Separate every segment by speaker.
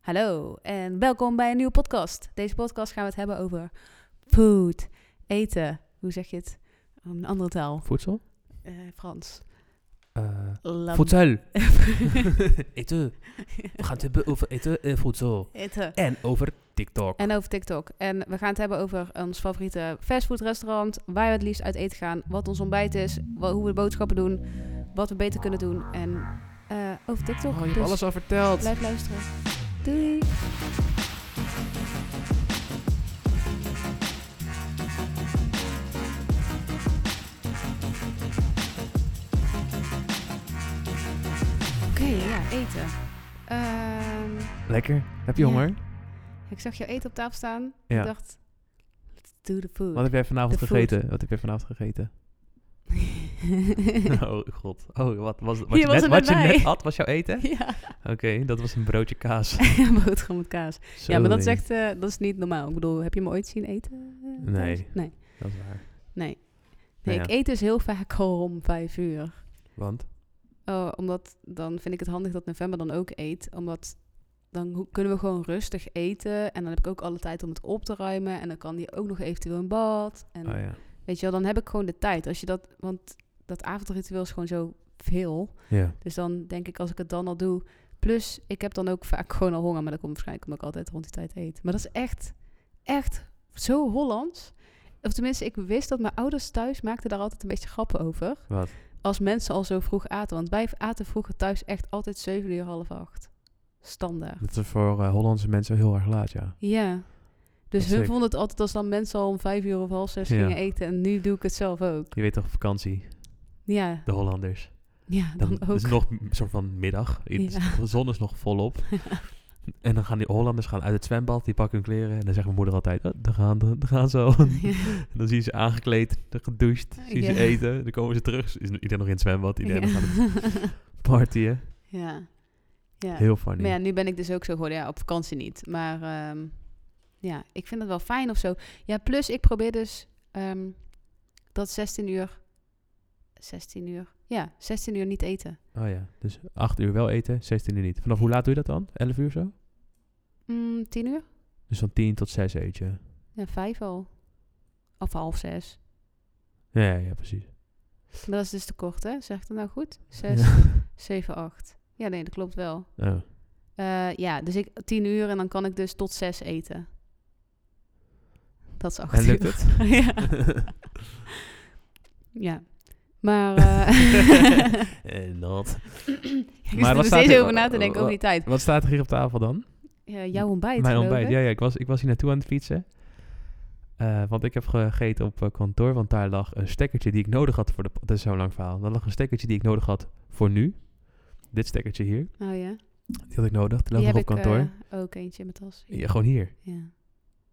Speaker 1: Hallo en welkom bij een nieuwe podcast. Deze podcast gaan we het hebben over food, eten. Hoe zeg je het? Een andere taal,
Speaker 2: Voedsel?
Speaker 1: Eh, Frans.
Speaker 2: Eh,
Speaker 1: Lam-
Speaker 2: voedsel. eten. We gaan het hebben over eten en voedsel.
Speaker 1: eten.
Speaker 2: En over TikTok.
Speaker 1: En over TikTok. En we gaan het hebben over ons favoriete fastfoodrestaurant, waar we het liefst uit eten gaan, wat ons ontbijt is, wa- hoe we boodschappen doen, wat we beter kunnen doen en eh, over TikTok.
Speaker 2: oh, je hebt
Speaker 1: Dus
Speaker 2: alles al verteld.
Speaker 1: Blijf luisteren. Doei! Oké, ja, eten. Ehm,
Speaker 2: Lekker. Heb je
Speaker 1: Ja.
Speaker 2: honger?
Speaker 1: ik zag jou eten op tafel staan.
Speaker 2: Ja.
Speaker 1: Ik dacht, let's do the food.
Speaker 2: Wat heb jij vanavond
Speaker 1: De food.
Speaker 2: gegeten? Wat heb jij vanavond gegeten? oh god. Oh, wat, was, wat,
Speaker 1: Hier
Speaker 2: je,
Speaker 1: was
Speaker 2: net,
Speaker 1: het
Speaker 2: wat je
Speaker 1: net bij.
Speaker 2: net had, was jouw eten?
Speaker 1: ja,
Speaker 2: Oké, dat was een broodje kaas.
Speaker 1: boterham met kaas. ja, maar dat is echt, eh, dat is niet normaal. Ik bedoel, heb je me ooit zien eten? eh,
Speaker 2: Nee.
Speaker 1: thuis? Nee.
Speaker 2: Dat is waar.
Speaker 1: Nee. Nee,
Speaker 2: Nou
Speaker 1: ik
Speaker 2: ja.
Speaker 1: eet dus heel vaak al om vijf uur.
Speaker 2: Want?
Speaker 1: Oh, omdat dan vind ik het handig dat november dan ook eet. Omdat dan ho- kunnen we gewoon rustig eten. En dan heb ik ook alle tijd om het op te ruimen. En dan kan die ook nog eventueel in bad. En
Speaker 2: Oh ja.
Speaker 1: weet je wel, dan heb ik gewoon de tijd. Als je dat, want dat avondritueel is gewoon zo veel.
Speaker 2: Ja.
Speaker 1: Dus dan denk ik als ik het dan al doe. Plus, ik heb dan ook vaak gewoon al honger. Maar dat komt waarschijnlijk omdat ik altijd rond die tijd eet. Maar dat is echt, echt zo Hollands. Of tenminste, ik wist dat mijn ouders thuis maakten daar altijd een beetje grappen over.
Speaker 2: Wat?
Speaker 1: Als mensen al zo vroeg aten. Want wij aten vroeger thuis echt altijd 7 uur, half acht. Standaard.
Speaker 2: Dat is voor eh, Hollandse mensen heel erg laat, ja.
Speaker 1: Ja. Dus
Speaker 2: is
Speaker 1: hun
Speaker 2: sick.
Speaker 1: vonden het altijd als dan mensen al om vijf uur of half zes
Speaker 2: Ja.
Speaker 1: gingen eten. En nu doe ik het zelf ook.
Speaker 2: Je weet toch, vakantie.
Speaker 1: Ja,
Speaker 2: De Hollanders.
Speaker 1: ja dan,
Speaker 2: Dan,
Speaker 1: ook.
Speaker 2: is het nog een soort van middag. Het-
Speaker 1: Ja.
Speaker 2: De zon is nog volop. En dan gaan die Hollanders gaan uit het zwembad, die pakken hun kleren. En dan zegt mijn moeder altijd, oh, dan gaan, dan gaan ze al. En dan zie je ze aangekleed, dan gedoucht, zie je
Speaker 1: Ja.
Speaker 2: ze eten. Dan komen ze terug, is iedereen nog in het zwembad,
Speaker 1: ja.
Speaker 2: iedereen gaat het partyen.
Speaker 1: ja. Ja.
Speaker 2: Heel funny.
Speaker 1: Maar ja, nu ben ik dus ook zo geworden. Ja, op vakantie niet. Maar ehm, ja, ik vind dat wel fijn of zo. Ja, plus ik probeer dus ehm, dat 16 uur... 16 uur? Ja, 16 uur niet eten.
Speaker 2: Oh ja, dus 8 uur wel eten, 16 uur niet. Vanaf hoe laat doe je dat dan? 11 uur zo?
Speaker 1: Mm, 10 uur?
Speaker 2: Dus van 10 tot 6 eet je.
Speaker 1: Ja, 5 al. Of half 6.
Speaker 2: Ja, ja, ja, precies.
Speaker 1: Maar dat is dus te kort, hè? Zeg ik dat nou goed? 6,
Speaker 2: Ja.
Speaker 1: 7, 8. Ja, nee, dat klopt wel.
Speaker 2: Oh,
Speaker 1: Eh, ja, dus ik 10 uur en dan kan ik dus tot 6 eten. Dat is 8
Speaker 2: En lukt
Speaker 1: uur.
Speaker 2: het?
Speaker 1: ja. ja. Maar... eh
Speaker 2: En dat.
Speaker 1: ik
Speaker 2: wat
Speaker 1: zit er
Speaker 2: staat
Speaker 1: steeds
Speaker 2: hier-
Speaker 1: over na te denken over die tijd.
Speaker 2: Wat staat er hier op tafel dan?
Speaker 1: Eh, jouw ontbijt,
Speaker 2: Mijn
Speaker 1: geloof
Speaker 2: ontbijt,
Speaker 1: ik.
Speaker 2: ja, ja ik, was, ik was hier naartoe aan het fietsen. Eh, want ik heb gegeten op eh, kantoor, want daar lag een stekkertje die ik nodig had voor de... Dat is zo'n lang verhaal. Daar lag een stekkertje die ik nodig had voor nu. Dit stekkertje hier,
Speaker 1: Oh ja.
Speaker 2: die had ik nodig.
Speaker 1: Die
Speaker 2: Die lag
Speaker 1: heb
Speaker 2: nog
Speaker 1: ik
Speaker 2: op kantoor.
Speaker 1: eh, ook eentje in mijn tas.
Speaker 2: ja, gewoon hier.
Speaker 1: Ja,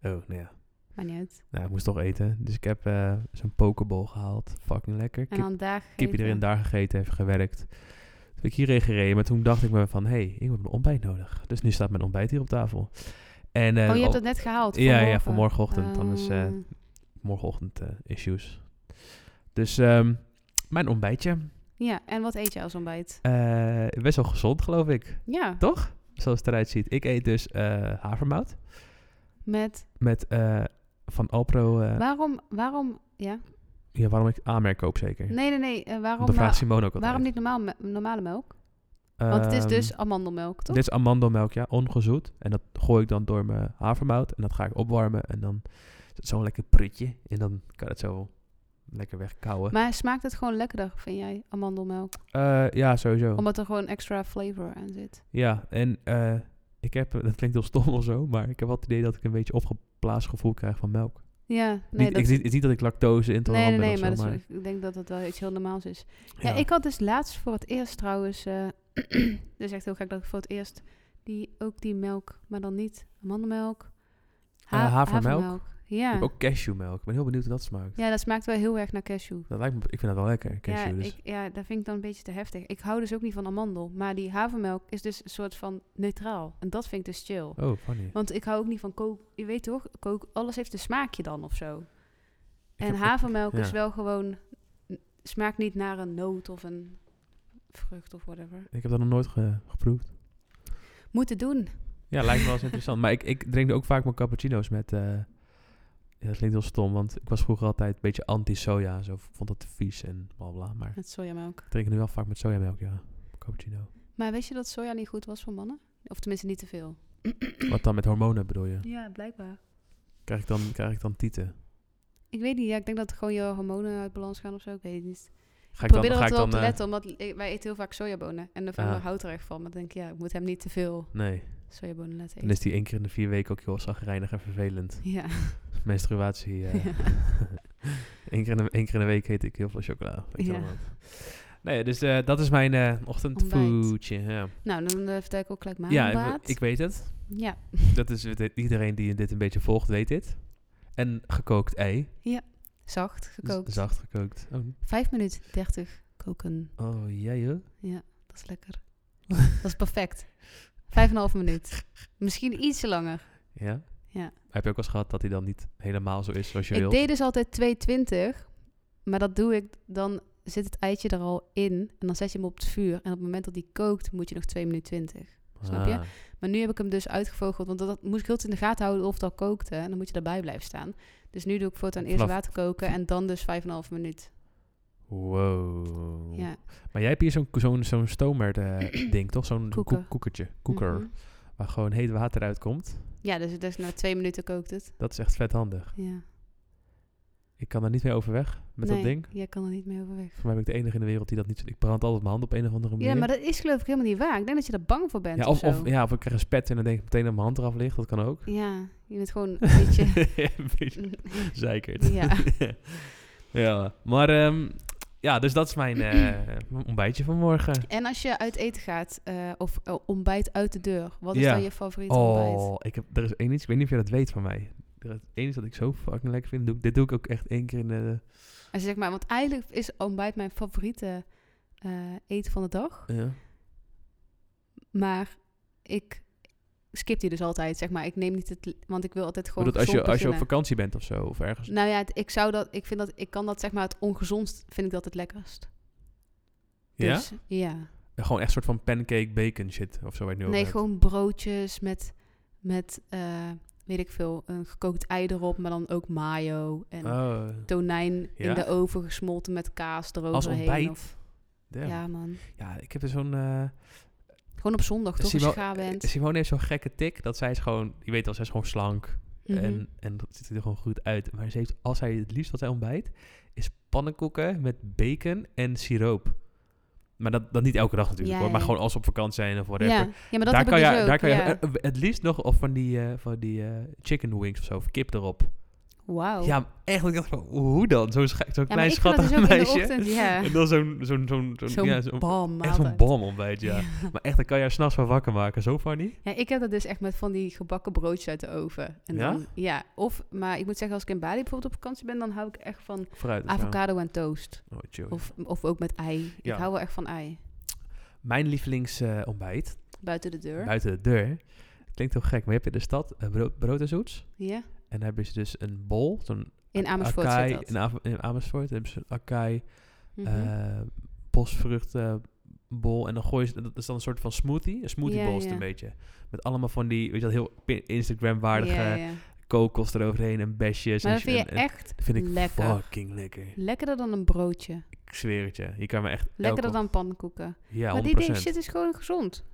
Speaker 2: Oh, nou ja.
Speaker 1: maar niet uit.
Speaker 2: Nou, ik moest toch eten. Dus ik heb eh, zo'n pokeball gehaald. Fucking lekker.
Speaker 1: En
Speaker 2: Kip,
Speaker 1: dan daar
Speaker 2: kipje erin, daar gegeten, even gewerkt. Toen ben ik hierheen gereden, maar toen dacht ik me van... Hé, hey, ik heb een ontbijt nodig. Dus nu staat mijn ontbijt hier op tafel. En, eh,
Speaker 1: Oh, je hebt
Speaker 2: op-
Speaker 1: dat net gehaald?
Speaker 2: Ja, ja, voor morgenochtend. Dan is eh,
Speaker 1: Ah.
Speaker 2: morgenochtend eh, issues. Dus ehm, mijn ontbijtje.
Speaker 1: Ja, en wat eet je als ontbijt?
Speaker 2: Eh, best wel gezond, geloof ik.
Speaker 1: Ja,
Speaker 2: Toch? Zoals het eruit ziet. Ik eet dus eh, havermout
Speaker 1: met...
Speaker 2: met eh, van Alpro. eh,
Speaker 1: Waarom, waarom... Ja?
Speaker 2: ja, waarom ik aanmerk koop zeker.
Speaker 1: Nee, nee, nee. eh, waarom,
Speaker 2: dat vraagt
Speaker 1: nou-
Speaker 2: Simone ook altijd.
Speaker 1: waarom niet normaal me- normale melk? Want het is
Speaker 2: Ehm,
Speaker 1: dus amandelmelk, toch?
Speaker 2: Dit is amandelmelk, ja, ongezoet. En dat gooi ik dan door mijn havermout. En dat ga ik opwarmen. En dan is het zo'n lekker prutje. En dan kan het zo lekker wegkouwen.
Speaker 1: Maar smaakt het gewoon lekkerder, vind jij, amandelmelk?
Speaker 2: Eh, ja, sowieso.
Speaker 1: Omdat er gewoon extra flavor aan zit.
Speaker 2: Ja, en eh, ik heb, dat klinkt heel stom of zo, maar ik heb wel het idee dat ik een beetje opgeplaatst gevoel krijg van melk.
Speaker 1: Ja, nee,
Speaker 2: niet,
Speaker 1: dat,
Speaker 2: ik, het is niet dat ik lactose
Speaker 1: nee,
Speaker 2: intolerant
Speaker 1: nee, nee,
Speaker 2: ben
Speaker 1: maar,
Speaker 2: of zo,
Speaker 1: dat is- ik denk dat dat wel iets heel normaals is. Ja.
Speaker 2: ja.
Speaker 1: ik had dus laatst voor het eerst trouwens, eh dus echt heel gek dat ik voor het eerst die, ook die melk, maar dan niet amandelmelk, ha-
Speaker 2: Eh, havermelk? Ik
Speaker 1: Ja.
Speaker 2: heb ook cashewmelk. Ik ben heel benieuwd hoe dat smaakt.
Speaker 1: ja, dat smaakt wel heel erg naar cashew.
Speaker 2: Dat lijkt me, ik vind dat wel lekker, cashew.
Speaker 1: ja,
Speaker 2: dus.
Speaker 1: ik, ja, dat vind ik dan een beetje te heftig. Ik hou dus ook niet van amandel, maar die havermelk is dus een soort van neutraal. En dat vind ik dus chill.
Speaker 2: Oh, funny.
Speaker 1: Want ik hou ook niet van kook. Je weet toch, kook, alles heeft een smaakje dan of zo.
Speaker 2: Ik
Speaker 1: en
Speaker 2: heb-
Speaker 1: havermelk
Speaker 2: ja.
Speaker 1: is wel gewoon. n- smaakt niet naar een noot of een vrucht of whatever.
Speaker 2: Ik heb dat nog nooit ge- geproefd.
Speaker 1: Moeten doen.
Speaker 2: Ja, lijkt me wel eens interessant. Maar ik, ik drink ook vaak mijn cappuccino's met... eh, ja, dat klinkt heel stom, want ik was vroeger altijd een beetje anti-soja. en Zo Ik vond dat vies en blablabla. Maar
Speaker 1: Met sojamelk.
Speaker 2: ik drink nu wel vaak met sojamelk, ja. Cappuccino.
Speaker 1: Maar wist je dat soja niet goed was voor mannen? Of tenminste niet te veel.
Speaker 2: Wat dan met hormonen bedoel je?
Speaker 1: Ja, blijkbaar.
Speaker 2: Krijg ik dan, krijg ik dan tieten?
Speaker 1: Ik weet niet, ja, ik denk dat gewoon je hormonen uit balans gaan of zo. Ik weet het niet.
Speaker 2: Ga
Speaker 1: Ik probeer er altijd wel op te
Speaker 2: eh,
Speaker 1: letten, omdat ik- wij eten heel vaak sojabonen. En de vader
Speaker 2: Ah.
Speaker 1: houdt er echt van. Maar ik denk, ja, ik moet hem niet te veel
Speaker 2: nee,
Speaker 1: sojabonen laten
Speaker 2: dan
Speaker 1: eten.
Speaker 2: is die één keer in de vier weken ook heel zagrijnig en vervelend.
Speaker 1: Ja.
Speaker 2: Menstruatie. eh,
Speaker 1: Ja.
Speaker 2: Eén keer, in de, één keer in de week eet ik heel veel chocola. Weet je wel
Speaker 1: Ja.
Speaker 2: wat. Nee, dus eh, dat is mijn eh ochtendfoodje. Ja,
Speaker 1: Nou, dan eh, vertel ik ook gelijk mijn
Speaker 2: ja ik,
Speaker 1: ontbijt.
Speaker 2: ik weet het.
Speaker 1: Ja,
Speaker 2: Dat is, dit- iedereen die dit een beetje volgt, weet dit. En gekookt ei.
Speaker 1: zacht gekookt.
Speaker 2: Z- Zacht gekookt. Oh,
Speaker 1: 5 minuten 30 koken.
Speaker 2: oh jij joh.
Speaker 1: Ja, dat is lekker. dat is perfect. Vijf en een half minuut. Misschien ietsje langer.
Speaker 2: Ja.
Speaker 1: Ja.
Speaker 2: Heb je ook wel eens gehad dat hij dan niet helemaal zo is zoals je
Speaker 1: Ik
Speaker 2: wilt?
Speaker 1: deed dus altijd 220. Maar dat doe ik, dan zit het eitje er al in. En dan zet je hem op het vuur. En op het moment dat die kookt, moet je nog 2 minuten 20. snap je?
Speaker 2: Ah,
Speaker 1: Maar nu heb ik hem dus uitgevogeld. Want dat, dat moest ik heel de tijd in de gaten houden of het al kookte. En dan moet je daarbij blijven staan. Dus nu doe ik voortaan eerst
Speaker 2: Vanaf-
Speaker 1: water koken. En dan dus 5,5 minuut.
Speaker 2: Wow.
Speaker 1: Ja,
Speaker 2: Maar jij hebt hier zo'n zo'n zo'n stomer eh, ding, toch? Zo'n
Speaker 1: Koeker.
Speaker 2: koek- koekertje, koeker,
Speaker 1: mhm.
Speaker 2: waar gewoon heet water uitkomt.
Speaker 1: Ja, dus, dus na twee minuten kookt het.
Speaker 2: Dat is echt vet handig.
Speaker 1: Ja.
Speaker 2: Ik kan daar niet meer overweg met dat
Speaker 1: Nee,
Speaker 2: ding.
Speaker 1: Jij kan er niet meer overweg.
Speaker 2: Voor mij ben ik de enige in de wereld die dat niet... Ik brand altijd mijn hand op een of andere manier.
Speaker 1: Ja, maar dat is geloof ik helemaal niet waar. Ik denk dat je er bang voor bent.
Speaker 2: ja,
Speaker 1: of,
Speaker 2: of, of,
Speaker 1: zo.
Speaker 2: ja, of ik krijg een spet en dan denk ik meteen dat mijn hand eraf ligt. Dat kan ook.
Speaker 1: Ja, je bent gewoon een beetje. Mhm.
Speaker 2: een beetje zeikerd.
Speaker 1: Mm. ja.
Speaker 2: ja, maar... ehm, ja, dus dat is mijn eh, mijn ontbijtje van morgen.
Speaker 1: En als je uit eten gaat eh, of eh, ontbijt uit de deur, wat is
Speaker 2: Ja.
Speaker 1: dan je favoriete ontbijt?
Speaker 2: Oh, ik heb, er is één iets, ik weet niet of je dat weet van mij. Er is één iets dat ik zo fucking lekker vind. Doe ik- Dit doe ik ook echt één keer in de...
Speaker 1: Als je zegt maar, want eigenlijk is ontbijt mijn favoriete eh, eten van de dag.
Speaker 2: Ja.
Speaker 1: Maar ik skip die dus altijd, zeg maar. Ik neem niet het, want ik wil altijd gewoon.
Speaker 2: Bedoelt als je,
Speaker 1: gezond
Speaker 2: als je op
Speaker 1: beginnen.
Speaker 2: vakantie bent of zo, of ergens.
Speaker 1: Nou ja, het- ik zou dat, ik vind dat, ik kan dat zeg maar het ongezondst, vind ik dat het lekkerst.
Speaker 2: Ja?
Speaker 1: Dus, ja.
Speaker 2: Gewoon echt soort van pancake bacon shit of zo, weet ik nu
Speaker 1: Nee,
Speaker 2: ook
Speaker 1: gewoon broodjes met, met eh, weet ik veel, een gekookt ei erop, maar dan ook mayo en
Speaker 2: uit. Oh,
Speaker 1: tonijn
Speaker 2: Ja?
Speaker 1: in de oven gesmolten met kaas eroverheen.
Speaker 2: als ontbijt.
Speaker 1: Of,
Speaker 2: damn.
Speaker 1: ja.
Speaker 2: ja.
Speaker 1: man.
Speaker 2: ik heb er zo'n... eh,
Speaker 1: Gewoon op zondag toch, als je
Speaker 2: Simone-
Speaker 1: gaar bent.
Speaker 2: Simone heeft zo'n gekke tik, dat zij is gewoon... Je weet al, zij is gewoon slank.
Speaker 1: Mhm.
Speaker 2: En, en dat ziet er gewoon goed uit. Maar ze heeft, als zij het liefst wat zij ontbijt, is pannenkoeken met bacon en siroop. Maar dat, dat niet elke dag natuurlijk
Speaker 1: Ja,
Speaker 2: hoor. Maar
Speaker 1: ja.
Speaker 2: gewoon als ze op vakantie zijn of whatever.
Speaker 1: ja. ja, maar dat
Speaker 2: daar
Speaker 1: heb
Speaker 2: kan,
Speaker 1: ik
Speaker 2: je,
Speaker 1: dus ook.
Speaker 2: daar kan
Speaker 1: ja.
Speaker 2: je eh, het liefst nog of van die, eh, van die eh, chicken wings of zo, of kip erop.
Speaker 1: Wauw.
Speaker 2: Ja, maar echt. Ik dacht van, hoe dan? Zo'n scha- zo'n
Speaker 1: Oh. Ja, maar
Speaker 2: klein
Speaker 1: ik vind dat
Speaker 2: schattig
Speaker 1: dus ook in de
Speaker 2: meisje.
Speaker 1: ochtend, ja.
Speaker 2: En dan zo'n... zo'n zo'n zo'n-
Speaker 1: Zo'n
Speaker 2: ja, zo'n-
Speaker 1: bam,
Speaker 2: Echt zo'n
Speaker 1: maaltijd.
Speaker 2: bom ontbijt, ja. Maar echt, dan kan je haar s'nachts van wakker maken. Zo funny.
Speaker 1: Ja, ik heb dat dus echt met van die gebakken broodjes uit de oven. En
Speaker 2: Ja?
Speaker 1: Dan, ja, of, maar ik moet zeggen, als ik in Bali bijvoorbeeld op vakantie ben, dan hou ik echt van
Speaker 2: Vooruit. of zo.
Speaker 1: avocado en toast.
Speaker 2: Oh, chill.
Speaker 1: Of, of ook met ei.
Speaker 2: Ja.
Speaker 1: Ik hou wel echt van ei.
Speaker 2: Mijn lievelingsontbijt,
Speaker 1: Buiten de deur.
Speaker 2: buiten de deur. Klinkt heel gek, maar je hebt in de stad eh, brood, brood en zoets.
Speaker 1: ja.
Speaker 2: En dan hebben ze dus een bol. Zo'n
Speaker 1: In Amersfoort
Speaker 2: acai-
Speaker 1: zit dat.
Speaker 2: In, Av- in Amersfoort hebben ze een acai
Speaker 1: Mhm.
Speaker 2: eh bosvruchtenbol. En dan gooi je, dat is dan een soort van smoothie. Een smoothie
Speaker 1: Ja,
Speaker 2: bol
Speaker 1: ja.
Speaker 2: is het een beetje. Met allemaal van die, weet je wel, heel pi- Instagram-waardige
Speaker 1: Ja, ja.
Speaker 2: kokos eroverheen en besjes.
Speaker 1: Maar
Speaker 2: en
Speaker 1: dat vind je
Speaker 2: en- en-
Speaker 1: echt
Speaker 2: dat vind ik
Speaker 1: lekker.
Speaker 2: fucking lekker.
Speaker 1: lekkerder dan een broodje.
Speaker 2: Ik zweer het je. Je kan me echt
Speaker 1: Lekkerder
Speaker 2: elke-
Speaker 1: dan pannenkoeken.
Speaker 2: Ja,
Speaker 1: maar
Speaker 2: 100%.
Speaker 1: die ding shit is gewoon gezond.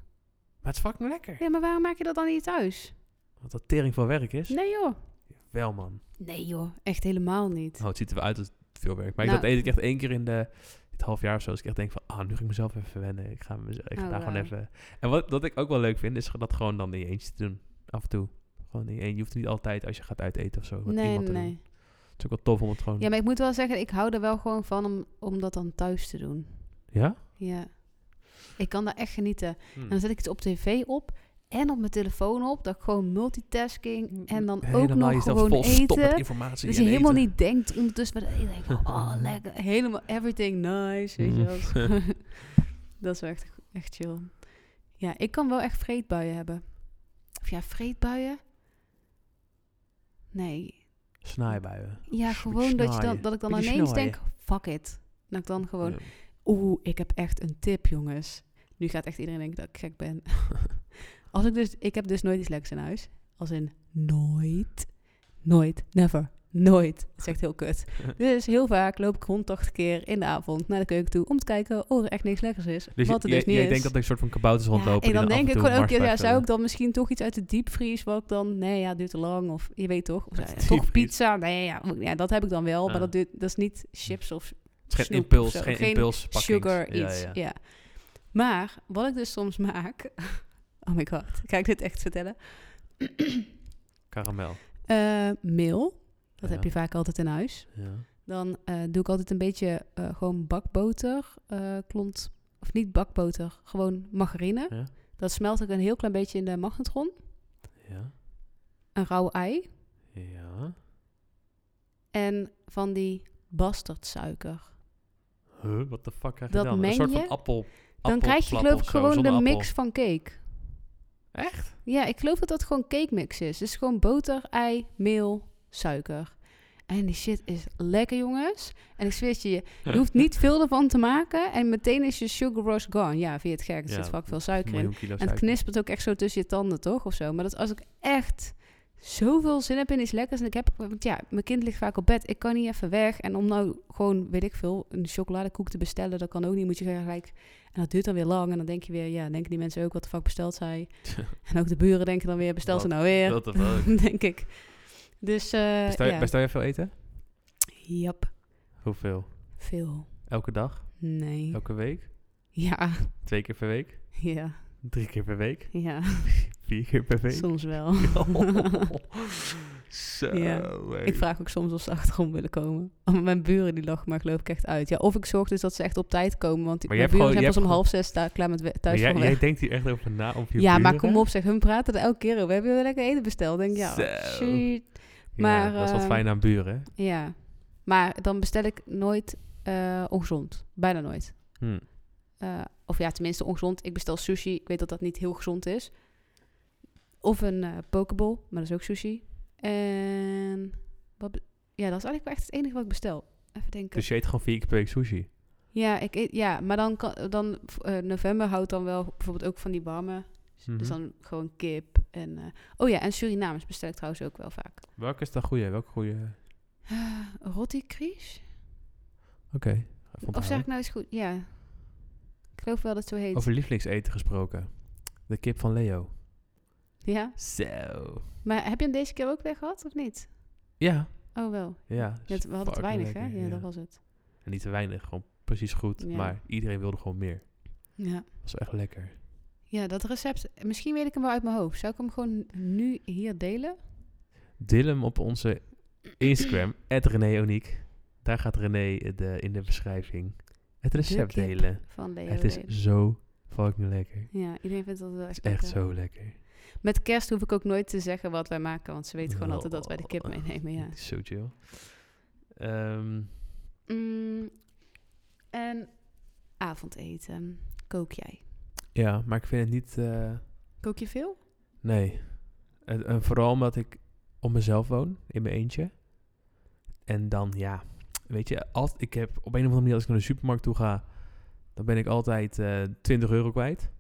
Speaker 2: Maar het is fucking lekker.
Speaker 1: Ja, maar waarom maak je dat dan niet thuis?
Speaker 2: Want dat tering van werk is.
Speaker 1: Nee joh.
Speaker 2: Wel, man.
Speaker 1: Nee joh, echt helemaal niet.
Speaker 2: Oh, het ziet er wel uit als veel werk. Maar ik
Speaker 1: Nou.
Speaker 2: dat eet ik echt één keer in de, het half jaar of zo. Als ik echt denk van, ah, nu ga ik mezelf even wennen. Ik ga, mezelf, ik ga
Speaker 1: Oh,
Speaker 2: daar gewoon
Speaker 1: wauw.
Speaker 2: even... En wat, wat ik ook wel leuk vind, is dat gewoon dan in je eentje te doen. Af en toe. Gewoon in je eentje. Je hoeft niet altijd als je gaat uiteten of zo.
Speaker 1: nee,
Speaker 2: Met iemand
Speaker 1: nee,
Speaker 2: te doen.
Speaker 1: nee.
Speaker 2: Het is ook wel tof om het gewoon...
Speaker 1: Ja,
Speaker 2: Ja?
Speaker 1: maar ik moet wel zeggen, ik hou er wel gewoon van om, om dat dan thuis te doen. Ja. Ik kan daar echt genieten. En
Speaker 2: Hmm.
Speaker 1: dan zet ik het op tv op en op mijn telefoon op. Dat ik gewoon multitasking en dan ook
Speaker 2: Hmm. Helemaal
Speaker 1: nog
Speaker 2: jezelf
Speaker 1: gewoon
Speaker 2: vol stoppen met
Speaker 1: eten.
Speaker 2: informatie
Speaker 1: Dus je
Speaker 2: en
Speaker 1: helemaal
Speaker 2: eten.
Speaker 1: niet denkt ondertussen. Maar dat je denkt, oh, lekker. Helemaal everything nice, weet je wel. dat is wel echt, echt chill. Ja, ik kan wel echt vreedbuien hebben. Of ja, vreedbuien? Nee.
Speaker 2: Snaaibuien.
Speaker 1: Ja,
Speaker 2: Sch-
Speaker 1: gewoon dat, je dan,
Speaker 2: snaaien.
Speaker 1: dat ik dan
Speaker 2: Beetje
Speaker 1: ineens
Speaker 2: snaaien.
Speaker 1: denk, fuck it. Dat ik dan gewoon,
Speaker 2: Ja.
Speaker 1: oeh, ik heb echt een tip, jongens. Nu gaat echt iedereen denken dat ik gek ben. Als ik dus, ik heb dus nooit iets lekkers in huis. Als in nooit. Nooit. Never. Nooit. Dat is echt heel kut. Dus heel vaak loop ik rond 80 keer in de avond naar de keuken toe om te kijken of er echt niks lekkers is.
Speaker 2: Dus
Speaker 1: wat er
Speaker 2: jij-
Speaker 1: dus niet
Speaker 2: jij
Speaker 1: is.
Speaker 2: denkt dat er een soort van kabouters rondlopen.
Speaker 1: Ja, en dan, denk ik gewoon elke
Speaker 2: ook
Speaker 1: keer, ja, zou ik dan misschien toch iets uit de diepvries, wat ik dan, nee, ja, duurt te lang, of je weet toch, of,
Speaker 2: Uit
Speaker 1: ja,
Speaker 2: de
Speaker 1: toch
Speaker 2: diepvries.
Speaker 1: pizza, nee, ja, moet- ja, dat heb ik dan wel,
Speaker 2: Ah.
Speaker 1: maar dat, duurt, dat is niet chips of
Speaker 2: Het is geen
Speaker 1: snoep of
Speaker 2: impuls,
Speaker 1: zo.
Speaker 2: geen,
Speaker 1: Geen
Speaker 2: impuls.
Speaker 1: sugar iets, ja, Maar, wat ik dus soms maak, oh my god, ga ik dit echt vertellen,
Speaker 2: Karamel.
Speaker 1: Eh meel, dat
Speaker 2: Ja.
Speaker 1: heb je vaak altijd in huis,
Speaker 2: Ja.
Speaker 1: dan eh, doe ik altijd een beetje eh, gewoon bakboter, eh, klont, of niet bakboter, gewoon margarine,
Speaker 2: Ja.
Speaker 1: dat smelt ik een heel klein beetje in de magnetron,
Speaker 2: Ja.
Speaker 1: een rauw ei,
Speaker 2: Ja.
Speaker 1: En van die bastardsuiker.
Speaker 2: Huh, what the fuck krijg je
Speaker 1: Dat
Speaker 2: dan? Een
Speaker 1: meng
Speaker 2: soort van
Speaker 1: je?
Speaker 2: appel.
Speaker 1: Dan krijg je
Speaker 2: appelflap
Speaker 1: geloof
Speaker 2: of
Speaker 1: ik
Speaker 2: zo,
Speaker 1: gewoon de
Speaker 2: zonneappel.
Speaker 1: mix van cake.
Speaker 2: Echt?
Speaker 1: Ja, ik geloof dat dat gewoon cake mix is. Dus gewoon boter, ei, meel, suiker. En die shit is lekker, jongens. En ik zweer het je, je hoeft niet veel ervan te maken. En meteen is je sugar rush gone. Ja, vind je het gek? Er
Speaker 2: Ja,
Speaker 1: zit vaak veel suiker in.
Speaker 2: Miljoen kilo
Speaker 1: En het
Speaker 2: suiker.
Speaker 1: knispert ook echt zo tussen je tanden, toch? Of zo. Maar dat als ik echt zoveel zin heb in iets lekkers. En ik heb, want ja, mijn kind ligt vaak op bed. Ik kan niet even weg. En om nou gewoon, weet ik veel, een chocoladekoek te bestellen, dat kan ook niet. Moet je gelijk. En dat duurt dan weer lang. En dan denk je weer, ja, denken die mensen ook wat de fuck besteld zij. en ook de buren denken dan weer, bestel ze
Speaker 2: Wat-
Speaker 1: nou weer.
Speaker 2: what the fuck?
Speaker 1: denk ik. Dus, eh
Speaker 2: Bestel,
Speaker 1: ja.
Speaker 2: je, bestel je veel eten?
Speaker 1: Jap,
Speaker 2: Hoeveel?
Speaker 1: veel.
Speaker 2: Elke dag?
Speaker 1: Nee.
Speaker 2: Elke week?
Speaker 1: Ja,
Speaker 2: Twee keer per week?
Speaker 1: ja,
Speaker 2: Drie keer per week?
Speaker 1: ja.
Speaker 2: Vier keer per week?
Speaker 1: Soms wel.
Speaker 2: Zo.
Speaker 1: Ja.
Speaker 2: hey.
Speaker 1: Ik vraag ook soms of ze achterom willen komen. Maar mijn buren die lachen maar geloof ik echt uit. Ja, of ik zorg dus dat ze echt op tijd komen. Want die-
Speaker 2: Maar
Speaker 1: mijn
Speaker 2: jij hebt
Speaker 1: buren
Speaker 2: gewoon-
Speaker 1: zijn pas
Speaker 2: jij
Speaker 1: om
Speaker 2: hebt
Speaker 1: half zes daar, klaar met we-
Speaker 2: Maar
Speaker 1: thuis
Speaker 2: jij,
Speaker 1: van
Speaker 2: jij
Speaker 1: weg.
Speaker 2: denkt hier echt over na op je
Speaker 1: Ja, maar
Speaker 2: buren?
Speaker 1: kom op zeg. Hun praten er elke keer over. We hebben weer lekker eten besteld. Dan denk ik, ja,
Speaker 2: Zo.
Speaker 1: shit.
Speaker 2: Ja,
Speaker 1: maar,
Speaker 2: dat is wat
Speaker 1: eh,
Speaker 2: fijn aan buren. hè?
Speaker 1: Ja. Maar dan bestel ik nooit eh, ongezond. Bijna nooit.
Speaker 2: Hm.
Speaker 1: Eh, of ja, tenminste ongezond. Ik bestel sushi. Ik weet dat dat niet heel gezond is. Of een eh pokeball, maar dat is ook sushi. En wat be- ja, dat is eigenlijk wel echt het enige wat ik bestel. Even denken.
Speaker 2: Dus je eet gewoon vier keer per week sushi.
Speaker 1: Ja, ik, eet- ja maar dan, kan, dan eh, november houdt dan wel bijvoorbeeld ook van die warme.
Speaker 2: Mhm.
Speaker 1: Dus dan gewoon kip. En, eh, oh ja, en Surinamers bestel ik trouwens ook wel vaak. Ah,
Speaker 2: Welke is dan goede? Welke goede?
Speaker 1: Rotti Kries?
Speaker 2: Oké.
Speaker 1: Of zeg ik nou eens goed? Ja. Ik geloof wel dat het zo heet.
Speaker 2: Over lievelingseten gesproken. De kip van Leo.
Speaker 1: Ja.
Speaker 2: Zo.
Speaker 1: Maar heb je hem deze keer ook weer gehad of niet?
Speaker 2: Ja.
Speaker 1: Oh wel.
Speaker 2: Ja.
Speaker 1: Net, we hadden te
Speaker 2: fucking
Speaker 1: weinig, hè?
Speaker 2: lekker,
Speaker 1: Ja,
Speaker 2: ja.
Speaker 1: dat was het.
Speaker 2: En niet te weinig, gewoon precies goed.
Speaker 1: Ja.
Speaker 2: Maar iedereen wilde gewoon meer.
Speaker 1: Ja.
Speaker 2: Dat was echt lekker.
Speaker 1: Ja, dat recept. Misschien weet ik hem wel uit mijn hoofd. Zou ik hem gewoon nu hier delen?
Speaker 2: Deel hem op onze Instagram, @RenéOniek. Daar gaat René eh, de, in de beschrijving het recept
Speaker 1: kip.
Speaker 2: delen.
Speaker 1: Van Leo.
Speaker 2: Het is
Speaker 1: Deen.
Speaker 2: zo fucking lekker.
Speaker 1: Ja, iedereen vindt dat wel
Speaker 2: Het
Speaker 1: echt,
Speaker 2: is echt
Speaker 1: lekker.
Speaker 2: zo lekker.
Speaker 1: Met kerst hoef ik ook nooit te zeggen wat wij maken, want ze weten gewoon
Speaker 2: Oh.
Speaker 1: altijd dat wij de kip meenemen. Ja.
Speaker 2: Het is zo chill. Ehm,
Speaker 1: Mm, en avondeten. Kook jij?
Speaker 2: ja, maar ik vind het niet... eh,
Speaker 1: Kook je veel?
Speaker 2: Nee. En, en vooral omdat ik op mezelf woon, in mijn eentje. En dan, ja, weet je, als, ik heb op een of andere manier, als ik naar de supermarkt toe ga, dan ben ik altijd eh 20 euro kwijt.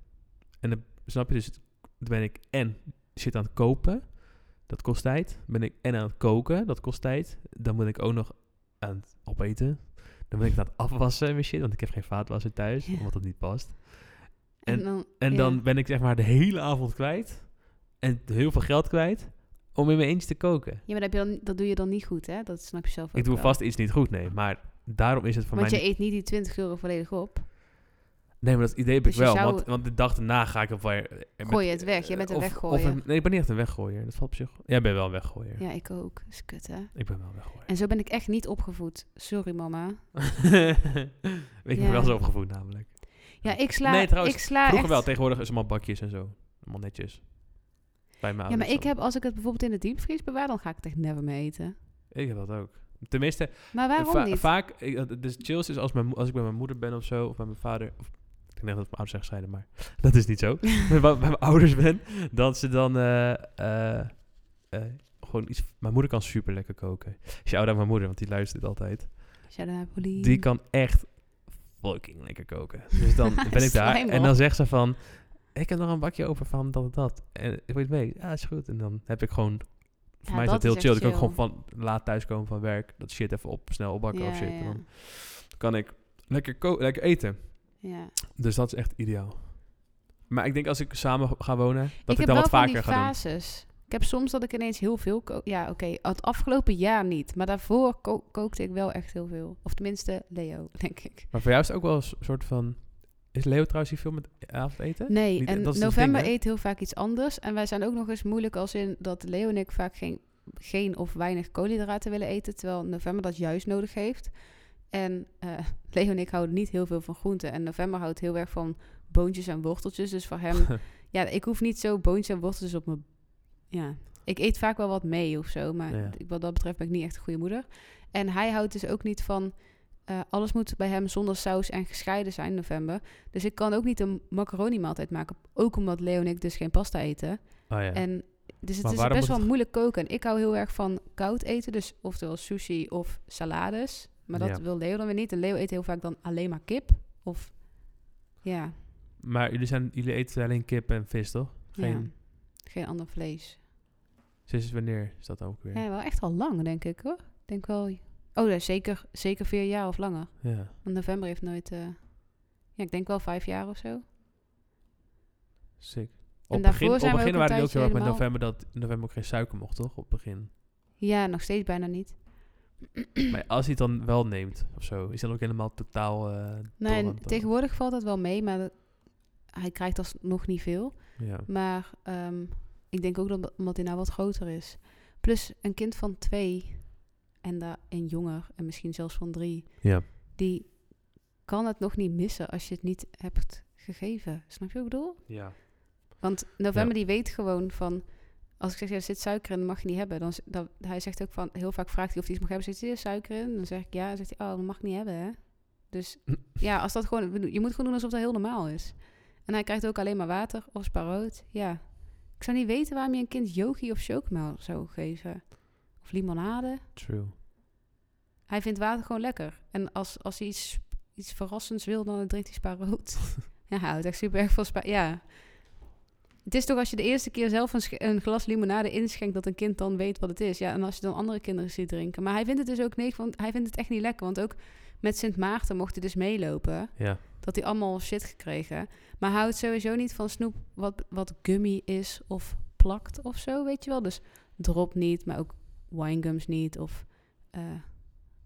Speaker 2: En dan, snap je, dus het- dan ben ik en zit aan het kopen, dat kost tijd. Ben ik en aan het koken, dat kost tijd. Dan moet ik ook nog aan het opeten. Dan ben ik aan het afwassen en weer shit, want ik heb geen vaatwasser thuis,
Speaker 1: Ja.
Speaker 2: omdat dat niet past. En-
Speaker 1: dan,
Speaker 2: En
Speaker 1: ja.
Speaker 2: dan ben ik zeg maar de hele avond kwijt. En heel veel geld kwijt. Om in mijn eentje te koken.
Speaker 1: Ja, maar dat, heb je dan, dat doe je dan niet goed, hè? Dat snap je zelf ook
Speaker 2: ik doe
Speaker 1: wel.
Speaker 2: vast iets niet goed, nee. Maar daarom is het voor
Speaker 1: nou. Want
Speaker 2: mij...
Speaker 1: je eet niet die 20 euro volledig op.
Speaker 2: niet- Nee, maar dat idee heb
Speaker 1: Dus
Speaker 2: ik
Speaker 1: je
Speaker 2: wel.
Speaker 1: zou-
Speaker 2: Want, want de dag daarna ga ik op weer... eh,
Speaker 1: Gooi je het weg, jij bent een
Speaker 2: of-
Speaker 1: weggooier.
Speaker 2: of een- nee, ik ben niet echt een weggooier. Dat valt op zich... Jij bent wel een weggooier.
Speaker 1: Ja, ik ook. Dat is kut, hè?
Speaker 2: Ik ben wel een weggooier.
Speaker 1: En zo ben ik echt niet opgevoed. Sorry, mama.
Speaker 2: ik ben
Speaker 1: Ja.
Speaker 2: wel zo opgevoed namelijk.
Speaker 1: Ja, ik sla,
Speaker 2: Nee, trouwens,
Speaker 1: ik sla
Speaker 2: Vroeger
Speaker 1: echt...
Speaker 2: wel. Tegenwoordig is het allemaal bakjes en zo. Allemaal netjes. Bij mijn
Speaker 1: Ja, maar
Speaker 2: ouders
Speaker 1: ik
Speaker 2: dan.
Speaker 1: heb, als ik het bijvoorbeeld in de diepvries bewaar, dan ga ik het echt never meer eten.
Speaker 2: Ik heb dat ook. Tenminste,
Speaker 1: Maar waarom
Speaker 2: Va-
Speaker 1: niet?
Speaker 2: Vaak, ik- het het chillste is als, mijn, mo- als ik bij mijn moeder ben of zo, of bij mijn vader. Of, ik denk dat mijn ouders echt scheiden, maar dat is niet zo. Maar bij bij mijn ouders ben, dat ze dan eh, eh, eh, gewoon iets. Mijn moeder kan super lekker koken. Shout out mijn moeder, want die luistert altijd.
Speaker 1: Shout out naar Pauline.
Speaker 2: Die kan echt fucking lekker koken. Dus dan ben ik daar
Speaker 1: Slijmbal.
Speaker 2: en dan zegt ze van. ik heb nog een bakje over van dat en dat. En ik weet mee, ja, is goed. En dan heb ik gewoon, voor
Speaker 1: Ja,
Speaker 2: mij is dat
Speaker 1: dat
Speaker 2: heel
Speaker 1: is
Speaker 2: chill.
Speaker 1: echt
Speaker 2: Dat ik ook gewoon van laat thuiskomen van werk, dat shit even op, snel opbakken
Speaker 1: ja,
Speaker 2: of shit.
Speaker 1: ja,
Speaker 2: En dan kan ik lekker, ko- lekker eten.
Speaker 1: ja.
Speaker 2: Dus dat is echt ideaal. Maar ik denk als ik samen ga wonen, dat
Speaker 1: heb
Speaker 2: ik, dan
Speaker 1: wel
Speaker 2: wat
Speaker 1: van
Speaker 2: vaker
Speaker 1: die
Speaker 2: ga doen.
Speaker 1: fases. Ik heb soms dat ik ineens heel veel kook. Ja, oké. Het afgelopen jaar niet. Maar daarvoor ko- kookte ik wel echt heel veel. Of tenminste Leo, denk ik.
Speaker 2: Maar voor jou is het ook wel een s- soort van... Is Leo trouwens hier veel met avondeten?
Speaker 1: Nee,
Speaker 2: Niet-
Speaker 1: en
Speaker 2: dat is dus het
Speaker 1: november
Speaker 2: ding, hè?
Speaker 1: eet heel vaak iets anders. En wij zijn ook nog eens moeilijk als in dat Leo en ik vaak geen, geen of weinig koolhydraten willen eten. Terwijl november dat juist nodig heeft. En eh, Leo en ik houden niet heel veel van groenten. En november houdt heel erg van boontjes en worteltjes. Dus voor hem, ja, ik hoef niet zo boontjes en worteltjes op mijn... Ja, ik eet vaak wel wat mee of zo. Maar
Speaker 2: Ja.
Speaker 1: ik- wat dat betreft ben ik niet echt een goede moeder. En hij houdt dus ook niet van... eh, alles moet bij hem zonder saus en gescheiden zijn in november. Dus ik kan ook niet een macaroni maaltijd maken. Ook omdat Leo en ik dus geen pasta eten.
Speaker 2: Oh ja.
Speaker 1: En dus het
Speaker 2: Maar
Speaker 1: is
Speaker 2: waarom
Speaker 1: best
Speaker 2: moet
Speaker 1: wel
Speaker 2: het-
Speaker 1: moeilijk koken. En ik hou heel erg van koud eten. Dus oftewel sushi of salades. Maar dat
Speaker 2: Ja.
Speaker 1: wil Leo dan weer niet. En Leo eet heel vaak dan alleen maar kip. Of ja,
Speaker 2: Maar jullie, zijn, jullie eten alleen kip en vis, toch? Geen...
Speaker 1: ja. geen ander vlees.
Speaker 2: Sinds wanneer is dat ook weer?
Speaker 1: Ja, wel echt al lang, denk ik hoor. Ik denk wel. Oh, ja, zeker, zeker vier jaar of langer.
Speaker 2: Ja.
Speaker 1: Want november heeft nooit. eh, ja, ik denk wel vijf jaar of zo.
Speaker 2: Sick.
Speaker 1: En
Speaker 2: Op
Speaker 1: daarvoor
Speaker 2: begin, op
Speaker 1: zijn we
Speaker 2: begin
Speaker 1: ook een
Speaker 2: waren die ook heel erg met
Speaker 1: tijdje
Speaker 2: november dat in november ook geen suiker mocht, toch? Op het begin.
Speaker 1: Ja, nog steeds bijna niet.
Speaker 2: maar als hij het dan wel neemt of zo, is dat ook helemaal totaal. eh
Speaker 1: Nee,
Speaker 2: torrent dan?
Speaker 1: tegenwoordig valt dat wel mee, maar dat- hij krijgt alsnog niet veel.
Speaker 2: Ja.
Speaker 1: Maar ehm, ik denk ook dat omdat hij nou wat groter is. Plus een kind van twee en, da- en jonger en misschien zelfs van drie,
Speaker 2: ja.
Speaker 1: die kan het nog niet missen als je het niet hebt gegeven. Snap je wat ik bedoel?
Speaker 2: Ja.
Speaker 1: Want november die weet gewoon van, als ik zeg ja, er zit suiker in, dat mag je niet hebben. Dan, z- dan hij zegt ook van, heel vaak vraagt hij of hij iets mag hebben. Zegt hij, zit er suiker in? Dan zeg ik ja. Dan zegt hij, oh, dat mag ik niet hebben, hè? Dus ja, als dat gewoon, je moet gewoon doen alsof dat heel normaal is. En hij krijgt ook alleen maar water of sparoot. Ja, ik zou niet weten waarom je een kind yogi of chocomel zou geven. Of limonade.
Speaker 2: True.
Speaker 1: Hij vindt water gewoon lekker. En als, als hij iets, iets verrassends wil, dan drinkt hij spaarrood. ja, hij houdt echt super erg van spa. Ja. Het is toch als je de eerste keer zelf een, sche- een glas limonade inschenkt... dat een kind dan weet wat het is. Ja, en als je dan andere kinderen ziet drinken. Maar hij vindt het dus ook nee, want hij vindt het echt niet lekker. Want ook met Sint Maarten mocht hij dus meelopen.
Speaker 2: Ja.
Speaker 1: Dat hij allemaal shit gekregen. Maar hij houdt sowieso niet van snoep wat, wat gummy is of plakt of zo, weet je wel. Dus drop niet, maar ook winegums niet of eh,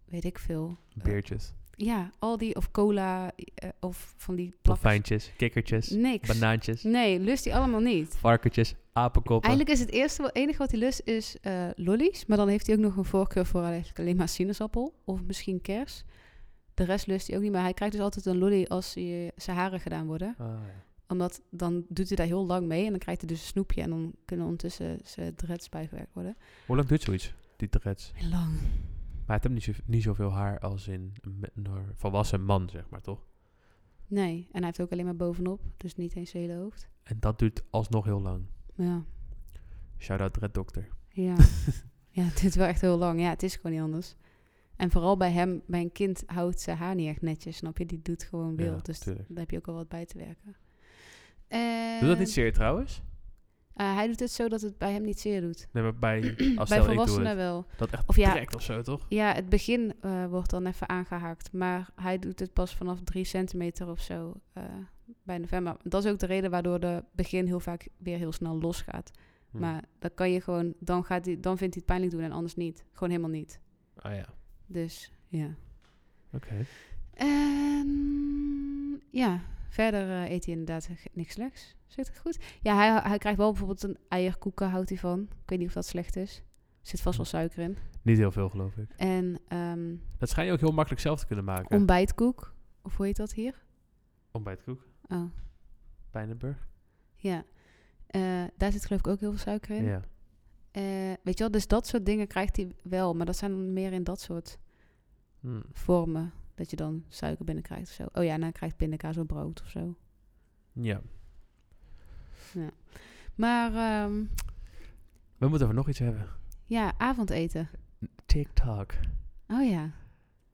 Speaker 1: weet ik veel.
Speaker 2: Beertjes.
Speaker 1: Ja, al die of cola eh, of van die plak.
Speaker 2: Dolfijntjes. Kikkertjes.
Speaker 1: Niks.
Speaker 2: Banaantjes.
Speaker 1: Nee, lust hij allemaal niet.
Speaker 2: Varkentjes. Apenkoppen.
Speaker 1: Eigenlijk is het eerste, wel- enige wat hij lust is eh lollies. Maar dan heeft hij ook nog een voorkeur voor eigenlijk alleen maar sinaasappel. Of misschien kers. De rest lust hij ook niet. Maar hij krijgt dus altijd een lolly als hij, zijn haren gedaan worden.
Speaker 2: Ah, ja.
Speaker 1: Omdat dan doet hij daar heel lang mee. En dan krijgt hij dus een snoepje. En dan kunnen ondertussen zijn dreads bijgewerkt worden.
Speaker 2: Hoe lang duurt zoiets? Die dreads.
Speaker 1: Heel lang.
Speaker 2: Maar het heeft niet, zo, niet zoveel haar als in een, me- een volwassen man, zeg maar, toch?
Speaker 1: Nee. En hij heeft ook alleen maar bovenop. Dus niet eens zijn hele hoofd.
Speaker 2: En dat duurt alsnog heel lang.
Speaker 1: Ja.
Speaker 2: Shout-out dreaddokter.
Speaker 1: Ja. ja, het duurt wel echt heel lang. Ja, het is gewoon niet anders. En vooral bij hem, bij een kind houdt zijn haar niet echt netjes, snap je? Die doet gewoon
Speaker 2: Ja,
Speaker 1: wild, dus
Speaker 2: tuurlijk.
Speaker 1: daar heb je ook al wat bij te werken.
Speaker 2: Doe dat
Speaker 1: En,
Speaker 2: niet zeer trouwens?
Speaker 1: eh, hij doet het zo dat het bij hem niet zeer doet.
Speaker 2: Nee, maar bij,
Speaker 1: bij
Speaker 2: als stel ik doe
Speaker 1: volwassenen
Speaker 2: het,
Speaker 1: wel.
Speaker 2: dat echt
Speaker 1: Of ja.
Speaker 2: trekt of zo, toch?
Speaker 1: Ja, het begin eh, wordt dan even aangehaakt. Maar hij doet het pas vanaf drie centimeter of zo eh, bij november. Dat is ook de reden waardoor de begin heel vaak weer heel snel losgaat.
Speaker 2: Hm.
Speaker 1: Maar dan kan je gewoon, dan, gaat hij, dan vindt hij het pijnlijk doen en anders niet. Gewoon helemaal niet.
Speaker 2: Ah ja,
Speaker 1: Dus ja.
Speaker 2: oké.
Speaker 1: En Ehm, ja, verder eh, eet hij inderdaad ge- niks slechts. Zit het goed? Ja, hij, hij krijgt wel bijvoorbeeld een eierkoeken, houdt hij van. Ik weet niet of dat slecht is. Er zit vast wel suiker in.
Speaker 2: Niet heel veel, geloof ik.
Speaker 1: En ehm,
Speaker 2: Dat schijn je ook heel makkelijk zelf te kunnen maken.
Speaker 1: ontbijtkoek, of hoe heet dat hier?
Speaker 2: Ontbijtkoek,
Speaker 1: Oh,
Speaker 2: Pijnenburg.
Speaker 1: ja. Eh, daar zit geloof ik ook heel veel suiker in.
Speaker 2: Ja.
Speaker 1: Eh, weet je wel, dus dat soort dingen krijgt hij wel. Maar dat zijn dan meer in dat soort
Speaker 2: Hm.
Speaker 1: vormen. Dat je dan suiker binnenkrijgt of zo. Oh ja, en dan krijgt pindakaas op brood of zo.
Speaker 2: ja.
Speaker 1: Maar ehm,
Speaker 2: We moeten over nog iets hebben.
Speaker 1: ja, avondeten.
Speaker 2: TikTok.
Speaker 1: Oh ja.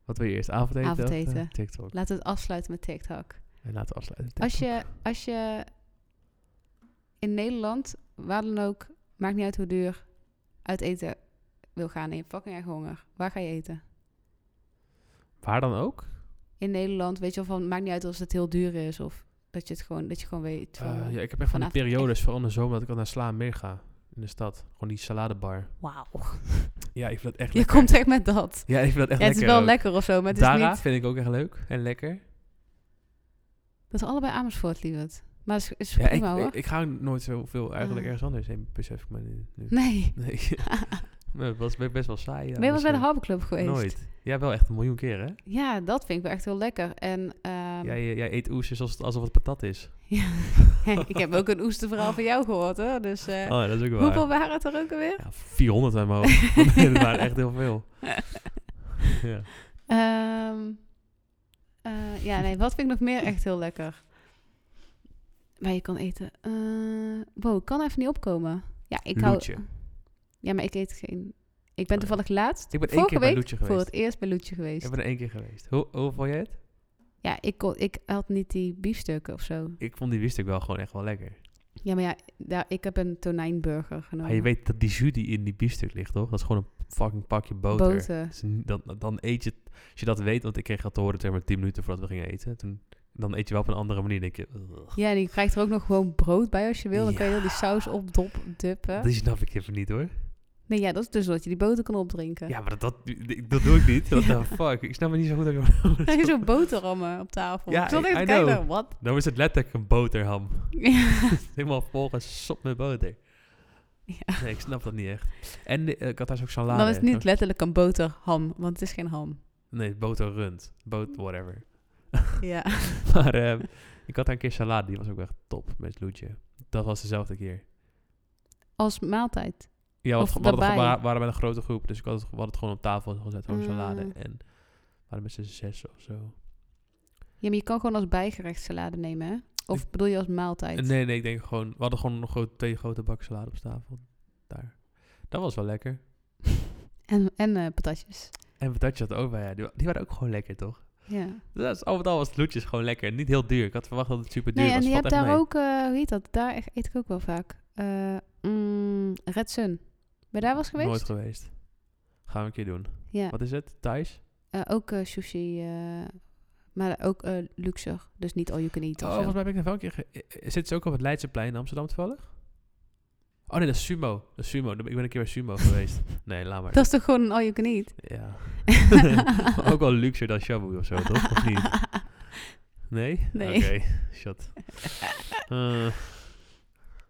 Speaker 2: Wat wil je eerst? Avondeten? of, eh,
Speaker 1: Avondeten.
Speaker 2: TikTok.
Speaker 1: Laten we het afsluiten met TikTok.
Speaker 2: En laten we afsluiten.
Speaker 1: Als je,
Speaker 2: TikTok.
Speaker 1: als je in Nederland, waar dan ook, maakt niet uit hoe duur, uit eten wil gaan en je hebt fucking erg honger. Waar ga je eten?
Speaker 2: Waar dan ook?
Speaker 1: In Nederland, weet je wel, van, maakt niet uit of het heel duur is of dat je het gewoon, dat je gewoon weet van,
Speaker 2: Eh, ja, ik heb echt van die
Speaker 1: vanavond
Speaker 2: periodes, vooral in de zomer, dat ik al naar Sla en meer ga. In de stad. Gewoon die saladebar.
Speaker 1: wauw,
Speaker 2: Ja, ik vind dat echt
Speaker 1: je
Speaker 2: lekker.
Speaker 1: komt echt met dat.
Speaker 2: Ja, ik vind dat echt
Speaker 1: Ja, het
Speaker 2: lekker
Speaker 1: is wel
Speaker 2: ook.
Speaker 1: lekker of zo, maar het
Speaker 2: Dara
Speaker 1: is niet...
Speaker 2: vind ik ook echt leuk en lekker.
Speaker 1: Dat is allebei Amersfoort, lieverd. Maar is, is
Speaker 2: Ja, ik,
Speaker 1: prima, hoor.
Speaker 2: ik, ik ga nooit zoveel eigenlijk
Speaker 1: Ah.
Speaker 2: ergens anders heen, besef ik me nu. nu.
Speaker 1: nee.
Speaker 2: Nee. Maar Het was be- best wel saai.
Speaker 1: ben
Speaker 2: ja,
Speaker 1: je wel eens bij de
Speaker 2: misschien.
Speaker 1: Harbour Club geweest?
Speaker 2: Nooit. Ja, wel echt een miljoen keer, hè?
Speaker 1: Ja, dat vind ik wel echt heel lekker. En ehm,
Speaker 2: jij, eh, jij eet oesters alsof het, alsof het patat is.
Speaker 1: ja. ik heb ook een oesterverhaal van jou gehoord, hoor. Dus eh,
Speaker 2: Oh, ja, dat is ook
Speaker 1: hoeveel
Speaker 2: waar.
Speaker 1: waren het er ook alweer?
Speaker 2: Ja, 400 uit mijn hoofd. Nee, dat waren echt heel veel. ja.
Speaker 1: Ehm, eh, ja, nee, wat vind ik nog meer echt heel lekker? Waar je kan eten. Eh wow, ik kan even niet opkomen. Ja, ik hou...
Speaker 2: Loetje.
Speaker 1: Ja, maar ik eet geen... Ik ben
Speaker 2: Oh, ja.
Speaker 1: toevallig laatst,
Speaker 2: Ik ben één
Speaker 1: vorige
Speaker 2: keer bij
Speaker 1: week,
Speaker 2: Loetje
Speaker 1: voor
Speaker 2: geweest.
Speaker 1: het eerst bij Loetje geweest.
Speaker 2: Ik ben er één keer geweest. Hoe, hoe vond jij het?
Speaker 1: Ja, ik, kon, ik had niet die biefstukken of zo.
Speaker 2: Ik vond die wist ik wel gewoon echt wel lekker.
Speaker 1: Ja, maar ja, daar, ik heb een tonijnburger genomen.
Speaker 2: Maar Ah, je weet dat die jus die in die biefstuk ligt, toch? Dat is gewoon een fucking pakje boter. Dat is niet- Dus Dan, dan eet je... het- Als je dat weet, want ik kreeg dat te horen zeg maar 10 minuten voordat we gingen eten. Toen, dan eet je wel op een andere manier, denk je... "Ugh."
Speaker 1: Ja, en je krijgt er ook nog gewoon brood bij als je wil. Dan kan je heel die saus opduppen.
Speaker 2: Dat snap ik even niet, hoor.
Speaker 1: Nee, ja, dat is dus dat je die boter kan opdrinken.
Speaker 2: Ja, maar dat, dat, dat doe ik niet. What
Speaker 1: Ja.
Speaker 2: the fuck? Ik snap het niet zo goed. dat je-
Speaker 1: Dan heb je zo'n boterhammen op tafel.
Speaker 2: Ja,
Speaker 1: ik zat even te
Speaker 2: I
Speaker 1: kijken,
Speaker 2: know.
Speaker 1: wat?
Speaker 2: Dan Nou is het letterlijk een boterham.
Speaker 1: Ja.
Speaker 2: Helemaal volgens sop met boter.
Speaker 1: Ja.
Speaker 2: Nee, ik snap dat niet echt. En eh, ik had daar ook salade.
Speaker 1: Dan is het niet
Speaker 2: Zo'n-
Speaker 1: letterlijk een boterham, want het is geen ham.
Speaker 2: Nee, boterrund. Boot, whatever.
Speaker 1: Ja.
Speaker 2: Maar ehm, ik had daar een keer salade, die was ook echt top met loetje. Dat was dezelfde keer.
Speaker 1: Als maaltijd.
Speaker 2: Ja, want
Speaker 1: Of
Speaker 2: we, hadden, we
Speaker 1: daarbij.
Speaker 2: waren met een grote groep, dus ik had het, we hadden het gewoon op tafel gezet, gewoon salade.
Speaker 1: Mm.
Speaker 2: En we waren met z'n zes of zo.
Speaker 1: Ja, maar je kan gewoon als bijgerecht salade nemen, hè? Of bedoel je als maaltijd?
Speaker 2: Nee, nee, ik denk gewoon, we hadden gewoon nog grote, twee grote bakken salade op tafel. Daar. Dat was wel lekker.
Speaker 1: En, en eh, patatjes.
Speaker 2: En patatje had ook bij, ja, die, wa- die waren ook gewoon lekker, toch?
Speaker 1: Ja.
Speaker 2: Dus al met al was het loetjes gewoon lekker. Niet heel duur. Ik had verwacht dat het super duur
Speaker 1: Nee,
Speaker 2: was.
Speaker 1: en je
Speaker 2: Valt
Speaker 1: hebt
Speaker 2: echt
Speaker 1: daar
Speaker 2: mee.
Speaker 1: ook, eh, hoe heet dat? Daar e- eet ik ook wel vaak. Eh mm, Red Sun. Ben je daar was geweest?
Speaker 2: Nooit geweest. Gaan we een keer doen.
Speaker 1: Ja,
Speaker 2: Wat is het? Thais?
Speaker 1: Eh, ook eh, sushi, eh, maar ook eh luxer. Dus niet all you can eat
Speaker 2: Oh,
Speaker 1: of zo.
Speaker 2: volgens mij heb ik nog wel een keer... Ge- eh, eh, Zit ze ook op het Leidseplein in Amsterdam toevallig? Oh nee, dat is Sumo. Dat is Sumo. Ik ben een keer bij Sumo geweest. Nee, laat maar.
Speaker 1: Dat is toch gewoon een all you can eat?
Speaker 2: Ja. Maar ook wel luxer dan Shabu of zo, toch? Of niet? Nee?
Speaker 1: Nee.
Speaker 2: Oké, shut. Eh,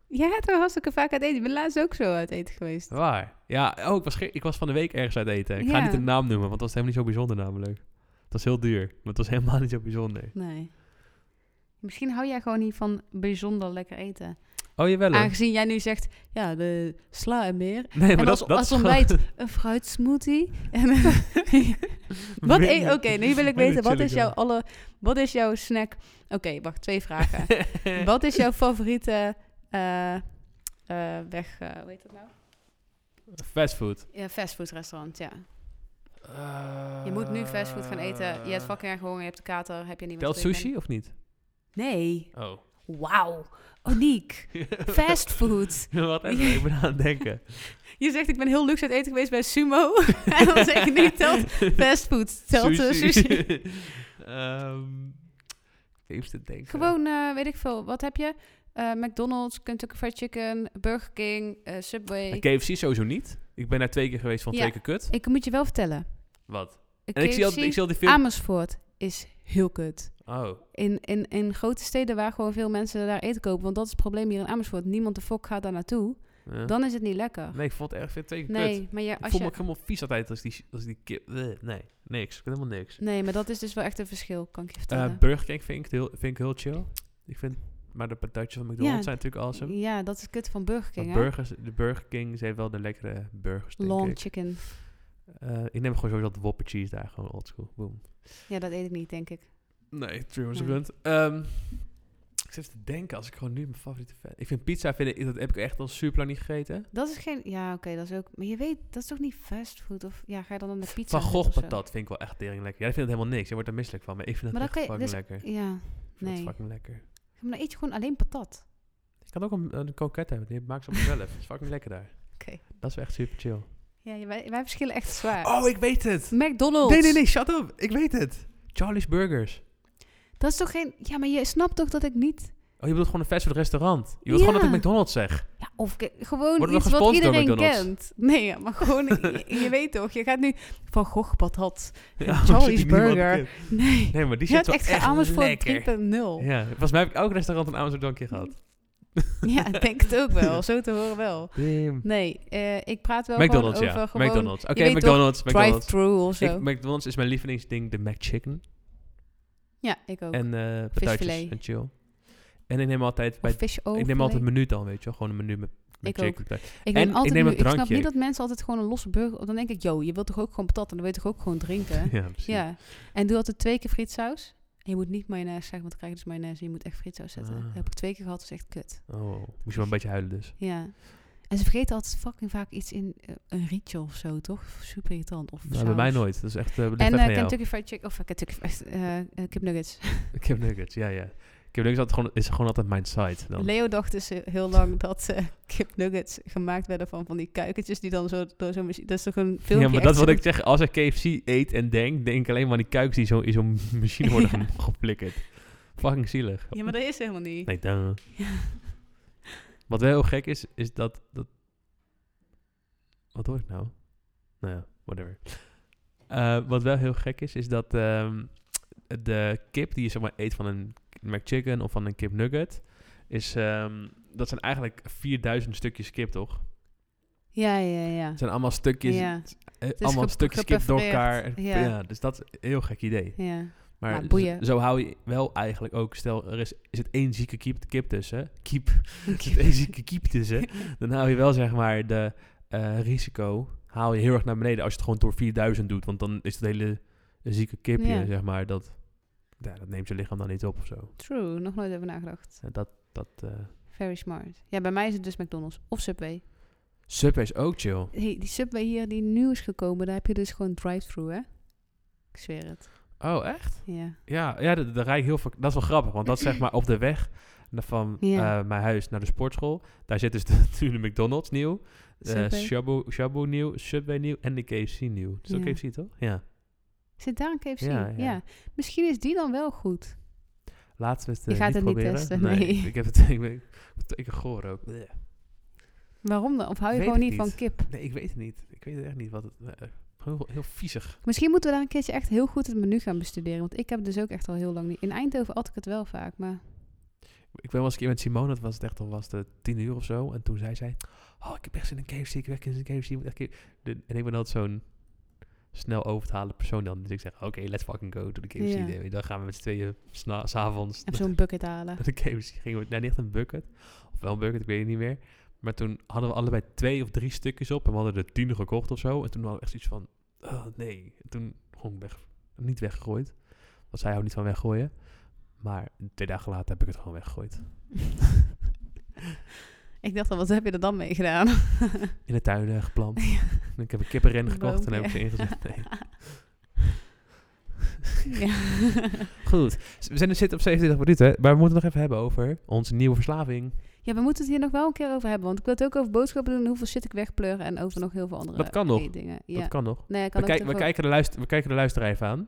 Speaker 1: Jij gaat wel hartstikke vaak uit eten. Ik ben laatst ook zo uit eten geweest.
Speaker 2: waar? Ja, oh, ik, was ge- ik was van de week ergens uit eten. Ik ga
Speaker 1: Ja.
Speaker 2: niet de naam noemen, want dat was helemaal niet zo bijzonder namelijk. Het was heel duur, maar het was helemaal niet zo bijzonder.
Speaker 1: Nee. Misschien hou jij gewoon niet van bijzonder lekker eten.
Speaker 2: Oh, jawel hoor.
Speaker 1: Aangezien jij nu zegt, ja, de sla en meer.
Speaker 2: Nee, maar
Speaker 1: en
Speaker 2: dat,
Speaker 1: als-
Speaker 2: dat
Speaker 1: als
Speaker 2: is gewoon-
Speaker 1: ontbijt- Een fruitsmoothie. En wat
Speaker 2: Minder-
Speaker 1: eet... Oké, nu wil ik
Speaker 2: minder
Speaker 1: weten, wat
Speaker 2: chili
Speaker 1: is jouw,
Speaker 2: girl.
Speaker 1: alle, wat is jouw snack? Oké, wacht, twee vragen.
Speaker 2: Eh.
Speaker 1: wat is jouw favoriete eh, eh, weg... eh, hoe heet dat nou?
Speaker 2: Fastfood.
Speaker 1: Ja, fastfoodrestaurant, ja. Je moet nu fastfood gaan eten. Je hebt fucking erg honger, je hebt de kater, heb je niet meer
Speaker 2: Ah. Telt
Speaker 1: te drinken.
Speaker 2: sushi of niet?
Speaker 1: Nee.
Speaker 2: Oh.
Speaker 1: Wauw. Uniek. Fastfood.
Speaker 2: Wat even, ik ben aan het denken.
Speaker 1: Je zegt, ik ben heel luxe uit eten geweest bij Sumo. en dan zeg je nu, telt fastfood. Telt eh, sushi.
Speaker 2: Ehm, even te denken.
Speaker 1: Gewoon, eh, weet ik veel, wat heb je? Eh, McDonald's, Kentucky Fried Chicken, Burger King, eh, Subway.
Speaker 2: Nou, KFC sowieso niet. Ik ben daar twee keer geweest van
Speaker 1: Ja.
Speaker 2: twee keer kut.
Speaker 1: Ik moet je wel vertellen.
Speaker 2: Wat?
Speaker 1: KFC,
Speaker 2: En ik zie, al, ik zie al die
Speaker 1: Ah,
Speaker 2: film...
Speaker 1: Amersfoort is heel kut.
Speaker 2: Oh,
Speaker 1: In, in, in grote steden waar gewoon veel mensen daar eten kopen. Want dat is het probleem hier in Amersfoort. Niemand de fok gaat daar naartoe.
Speaker 2: ja.
Speaker 1: Dan is het niet lekker.
Speaker 2: Nee, ik vond het echt vind het twee keer
Speaker 1: Nee,
Speaker 2: kut.
Speaker 1: maar ja,
Speaker 2: Ik
Speaker 1: als
Speaker 2: voel
Speaker 1: je...
Speaker 2: me ook helemaal vies altijd als die, als die kip... eh, nee, niks. Ik vind helemaal niks.
Speaker 1: Nee, maar dat is dus wel echt een verschil, kan ik je
Speaker 2: Eh,
Speaker 1: vertellen.
Speaker 2: Burger King vind ik, heel, vind ik heel chill. Ik vind... Maar de patatjes van McDonald's
Speaker 1: Ja,
Speaker 2: zijn natuurlijk awesome.
Speaker 1: Ja, dat is het kut van Burger King,
Speaker 2: Maar
Speaker 1: hè?
Speaker 2: burgers, de Burger King, ze heeft wel de lekkere burgers, denk
Speaker 1: Lawn
Speaker 2: ik.
Speaker 1: chicken.
Speaker 2: Eh, ik neem gewoon sowieso dat Whopper cheese daar, gewoon oldschool. Boom.
Speaker 1: Ja, dat eet ik niet, denk ik.
Speaker 2: Nee, true
Speaker 1: Nee.
Speaker 2: punt. Ehm, ik zit even te denken, als ik gewoon nu mijn favoriete fan... Ik vind pizza, vind ik, dat heb ik echt al super lang niet gegeten.
Speaker 1: Dat is geen... Ja, oké, dat is ook... Maar je weet, dat is toch niet fastfood? Of ja, ga je dan aan de pizza
Speaker 2: Van
Speaker 1: zitten
Speaker 2: Gogh
Speaker 1: of zo?
Speaker 2: patat vind ik wel echt tering lekker. Jij vindt het helemaal niks, je wordt er misselijk van. Maar ik vind het
Speaker 1: Maar
Speaker 2: echt
Speaker 1: dat kan
Speaker 2: fucking
Speaker 1: je-
Speaker 2: lekker. Ik
Speaker 1: Ja,
Speaker 2: vind het
Speaker 1: nee.
Speaker 2: fucking lekker.
Speaker 1: Maar dan eet je gewoon alleen patat.
Speaker 2: Ik kan ook een, een koket hebben. Die maak ze op mezelf. Dat is fucking lekker daar.
Speaker 1: Oké. Eh.
Speaker 2: Dat is echt super chill.
Speaker 1: Ja, wij, wij verschillen echt zwaar.
Speaker 2: Oh, ik weet het.
Speaker 1: McDonald's.
Speaker 2: Nee, nee, nee. Shut up. Ik weet het. Charlie's Burgers.
Speaker 1: Dat is toch geen... Ja, maar je snapt toch dat ik niet...
Speaker 2: Oh, je bedoelt gewoon een fastfood restaurant. Je wilt gewoon dat
Speaker 1: Ja.
Speaker 2: ik McDonald's zeg.
Speaker 1: Ja, of ik- gewoon
Speaker 2: Worden we
Speaker 1: iets wat
Speaker 2: gesponsord door
Speaker 1: iedereen
Speaker 2: McDonald's?
Speaker 1: kent. Nee, ja, maar gewoon... je, je weet toch, je gaat nu van Gogh patat.
Speaker 2: Ja,
Speaker 1: Charlie's
Speaker 2: waarom zit die niemand
Speaker 1: Burger.
Speaker 2: in?
Speaker 1: Nee.
Speaker 2: Nee, maar die
Speaker 1: Je
Speaker 2: zit
Speaker 1: hebt
Speaker 2: wel
Speaker 1: echt
Speaker 2: echt,
Speaker 1: geen Amersfoort 3.0.
Speaker 2: lekker. Ja, volgens mij heb ik elk restaurant een Amsterdam een keer gehad.
Speaker 1: Ja, ik denk het ook wel. Zo te horen wel.
Speaker 2: Damn.
Speaker 1: Nee, eh, ik praat wel
Speaker 2: McDonald's,
Speaker 1: gewoon over
Speaker 2: ja.
Speaker 1: gewoon...
Speaker 2: McDonald's. Oké,
Speaker 1: weet toch,
Speaker 2: McDonald's. McDonald's.
Speaker 1: Drive-thru of zo.
Speaker 2: Ik, McDonald's is mijn lievelingsding, de McChicken.
Speaker 1: ja, ik ook.
Speaker 2: En eh patatjes
Speaker 1: Visfilet.
Speaker 2: en chill. En ik neem altijd, bij,
Speaker 1: of fish
Speaker 2: ik neem altijd een menu dan, weet je wel. Gewoon een menu met, met
Speaker 1: Ik ook.
Speaker 2: chicken.
Speaker 1: Ik,
Speaker 2: En
Speaker 1: neem
Speaker 2: ik
Speaker 1: altijd
Speaker 2: neem
Speaker 1: nu-
Speaker 2: een
Speaker 1: ik snap
Speaker 2: drankje.
Speaker 1: niet dat mensen altijd gewoon een losse burger... Dan denk ik, yo, je wilt toch ook gewoon patat en dan wil je toch ook gewoon drinken?
Speaker 2: Ja, precies.
Speaker 1: ja. En doe altijd twee keer frietsaus. En je moet niet mayonaise zeggen, want dan krijg je dus mayonaise. Je moet echt frietsaus zetten.
Speaker 2: Ah.
Speaker 1: Dat heb ik twee keer gehad, dat is echt kut.
Speaker 2: Oh, moest je wel een beetje huilen dus.
Speaker 1: Ja. En ze vergeten altijd fucking vaak iets in eh, een rietje of zo, toch? Super irritant. Of
Speaker 2: Nou, bij mij
Speaker 1: saus.
Speaker 2: nooit. Dat is echt, eh
Speaker 1: En
Speaker 2: ligt echt
Speaker 1: eh,
Speaker 2: aan jou.
Speaker 1: Kentucky Fried Chicken, of eh, Kentucky Fried, eh, eh, kipnuggets.
Speaker 2: Kip Nuggets, ja, ja. Kip Nuggets altijd gewoon, is gewoon altijd mijn site. Dan.
Speaker 1: Leo dacht dus eh, heel lang dat eh kipnuggets gemaakt werden van van die kuikentjes die dan zo door zo'n machine... Dat is toch een filmpje
Speaker 2: ja, maar dat
Speaker 1: echt
Speaker 2: wat
Speaker 1: zo-
Speaker 2: ik zeg. Als ik KFC eet en denk, denk ik alleen maar aan die kuikens die zo in zo'n machine worden
Speaker 1: Ja.
Speaker 2: ge- geplikkerd. Fucking zielig.
Speaker 1: Ja, maar dat is helemaal niet.
Speaker 2: Nee, duh. Wat wel heel gek is, is dat, dat... Wat hoor ik nou? Nou ja, whatever. Eh, wat wel heel gek is, is dat ehm, de kip die je zeg maar eet van een McChicken of van een kipnugget, is, ehm, dat zijn eigenlijk 4000 stukjes kip, toch?
Speaker 1: Ja, ja, ja.
Speaker 2: Het zijn allemaal stukjes,
Speaker 1: Ja,
Speaker 2: eh,
Speaker 1: is
Speaker 2: allemaal
Speaker 1: gep-
Speaker 2: stukjes kip door elkaar.
Speaker 1: geprefereerd, ja.
Speaker 2: Ja. dus dat is een heel gek idee.
Speaker 1: ja.
Speaker 2: Maar
Speaker 1: Nou, boeien.
Speaker 2: z- zo hou je wel eigenlijk ook, stel er is, is het één zieke kip, kip tussen, kiep, zit één zieke kiep tussen, dan hou je wel zeg maar de eh, risico haal je heel erg naar beneden als je het gewoon door 4000 doet, want dan is het hele zieke kipje
Speaker 1: Ja.
Speaker 2: zeg maar dat, ja, dat neemt je lichaam dan niet op of zo.
Speaker 1: True, nog nooit over nagedacht.
Speaker 2: En dat dat eh
Speaker 1: Very smart. Ja, bij mij is het dus McDonald's of Subway.
Speaker 2: Subway is ook chill.
Speaker 1: Hey, die Subway hier die nieuw is gekomen, daar heb je dus gewoon drive-thru, hè? Ik zweer het.
Speaker 2: Oh echt?
Speaker 1: Ja.
Speaker 2: Ja, ja, dat, dat rijd ik heel vaak. Dat is wel grappig, want dat is zeg maar op de weg na- van
Speaker 1: Ja.
Speaker 2: eh, mijn huis naar de sportschool. Daar zit dus de, nu de McDonald's nieuw, de
Speaker 1: Subway.
Speaker 2: Shabu, Shabu nieuw, Subway nieuw en de KFC nieuw. Het is ook
Speaker 1: Ja.
Speaker 2: KFC toch? Ja.
Speaker 1: Zit daar een KFC?
Speaker 2: Ja,
Speaker 1: Ja,
Speaker 2: ja.
Speaker 1: Misschien is die dan wel goed.
Speaker 2: Laatst is het
Speaker 1: Je
Speaker 2: eh,
Speaker 1: gaat
Speaker 2: niet
Speaker 1: het niet
Speaker 2: proberen.
Speaker 1: testen, nee.
Speaker 2: Ik heb het, ik ben, ik word er tegen goor ook. Bleh.
Speaker 1: Waarom dan? Of hou je
Speaker 2: Weet
Speaker 1: gewoon
Speaker 2: ik
Speaker 1: niet van
Speaker 2: niet.
Speaker 1: kip?
Speaker 2: Nee, ik weet het niet. Ik weet echt niet wat het. eh, heel, heel viezig.
Speaker 1: Misschien moeten we daar een keertje echt heel goed het menu gaan bestuderen. Want ik heb het dus ook echt al heel lang niet. In Eindhoven at ik het wel vaak, maar...
Speaker 2: Ik ben wel eens een keer met Simone, dat was het echt al was het eh, tien uur of zo. En toen zei zij, oh, ik heb echt zin in KFC, ik heb echt zin in KFC. ik moet echt keer- De- en ik ben altijd zo'n snel over te halen persoon dan. Dus ik zeg, oké, let's fucking go to the KFC.
Speaker 1: Ja.
Speaker 2: day." Dan gaan we met z'n tweeën sna- s'avonds
Speaker 1: Even zo'n bucket halen.
Speaker 2: naar de KFC. Gingen we, nou, niet echt een bucket, of wel een bucket, ik weet het niet meer. Maar toen hadden we allebei twee of drie stukjes op en we hadden er tien gekocht of zo. En toen hadden we echt iets van, oh nee. En toen gewoon weg, niet weggegooid. Want zij houdt niet van weggooien. Maar twee dagen later heb ik het gewoon weggegooid.
Speaker 1: ik dacht al, wat heb je er dan mee gedaan?
Speaker 2: in de tuin eh, geplant. En ik heb een kippenren
Speaker 1: Een
Speaker 2: gekocht en
Speaker 1: boompje.
Speaker 2: heb ik ze ingezet. Nee.
Speaker 1: ja.
Speaker 2: Goed, S- we zijn er zitten op 27 minuten, maar we moeten het nog even hebben over onze nieuwe verslaving.
Speaker 1: Ja, we moeten het hier nog wel een keer over hebben. Want ik wil het ook over boodschappen doen. Hoeveel shit ik wegpleuren. En over nog heel veel andere
Speaker 2: Dat kan nog.
Speaker 1: dingen. Ja.
Speaker 2: Dat kan nog.
Speaker 1: Nee, ik
Speaker 2: We,
Speaker 1: kan
Speaker 2: kijk-
Speaker 1: ook
Speaker 2: we,
Speaker 1: ervoor-
Speaker 2: kijken de luister, we kijken de luisteraar even aan.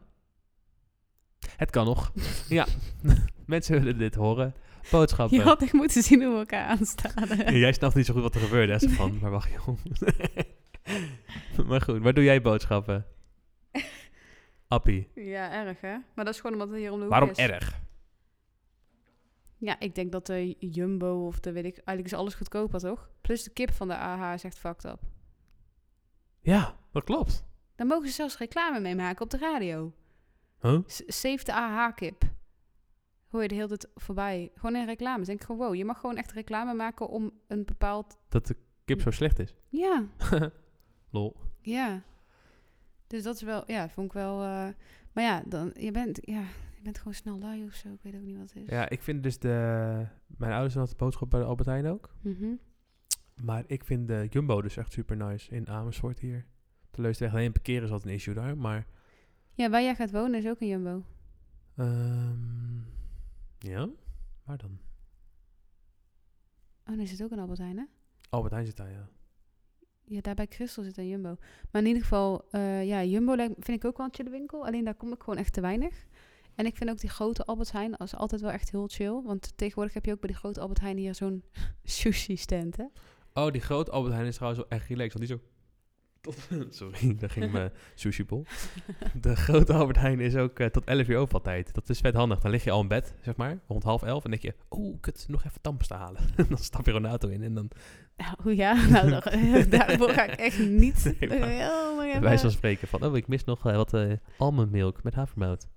Speaker 2: Het kan nog. ja, mensen willen dit horen. Boodschappen.
Speaker 1: Je had echt moeten zien hoe we elkaar aanstaan.
Speaker 2: Ja, Jij snapt niet zo goed wat er gebeurde, hè, Stefan. Maar wacht, joh. maar goed, waar doe jij boodschappen? Appie,
Speaker 1: ja, erg hè? Maar dat is gewoon omdat het hier om de hoek
Speaker 2: waarom
Speaker 1: is.
Speaker 2: erg?
Speaker 1: Ja, ik denk dat de Jumbo of de weet ik... Eigenlijk is alles goedkoper, toch? Plus de kip van de AH is echt fucked up.
Speaker 2: Ja, dat klopt.
Speaker 1: Daar mogen ze zelfs reclame mee maken op de radio.
Speaker 2: Huh?
Speaker 1: S- Save de AH-kip. Hoor je de hele tijd voorbij. Gewoon in reclames. Denk ik gewoon, wow, je mag gewoon echt reclame maken om een bepaald...
Speaker 2: Dat de kip zo slecht is.
Speaker 1: Ja,
Speaker 2: Lol.
Speaker 1: Ja. Dus dat is wel, ja, vond ik wel. eh, maar ja, dan, je bent, ja, je bent gewoon snel lui of zo. Ik weet ook niet wat het is.
Speaker 2: Ja, ik vind dus de... Mijn ouders hadden de boodschap bij de Albert Heijn ook.
Speaker 1: Mhm.
Speaker 2: Maar ik vind de Jumbo dus echt super nice in Amersfoort hier. De Leusdrecht alleen parkeren is altijd een issue daar, maar...
Speaker 1: Ja, waar jij gaat wonen is ook een Jumbo. Oh,
Speaker 2: ehm, ja, waar dan?
Speaker 1: Oh, nu zit ook een Albert Heijn, hè?
Speaker 2: Albert Heijn zit daar, ja.
Speaker 1: Ja, daar bij Christel zit een Jumbo. Maar in ieder geval, eh, ja, Jumbo lijkt- vind ik ook wel een chille winkel. Alleen daar kom ik gewoon echt te weinig. En ik vind ook die grote Albert Heijn als altijd wel echt heel chill. Want tegenwoordig heb je ook bij die grote Albert Heijn hier zo'n sushi stand, hè?
Speaker 2: Oh, die grote Albert Heijn is trouwens wel echt relaxed, want die is ook... tot- Sorry, daar ging mijn sushibol. De grote Albert Heijn is ook eh, tot 11 uur open altijd. Dat is vet handig. Dan lig je al in bed, zeg maar, rond half elf. En denk je, oh, kut, nog even tampers te halen. dan stap je Ronaldo in en dan,
Speaker 1: Nou ja, nou, daar- daarvoor ga ik echt niet.
Speaker 2: Nee, maar
Speaker 1: Oh, maar ja,
Speaker 2: bij wijze van spreken, van, oh, ik mis nog eh, wat eh almondmilk met havermout.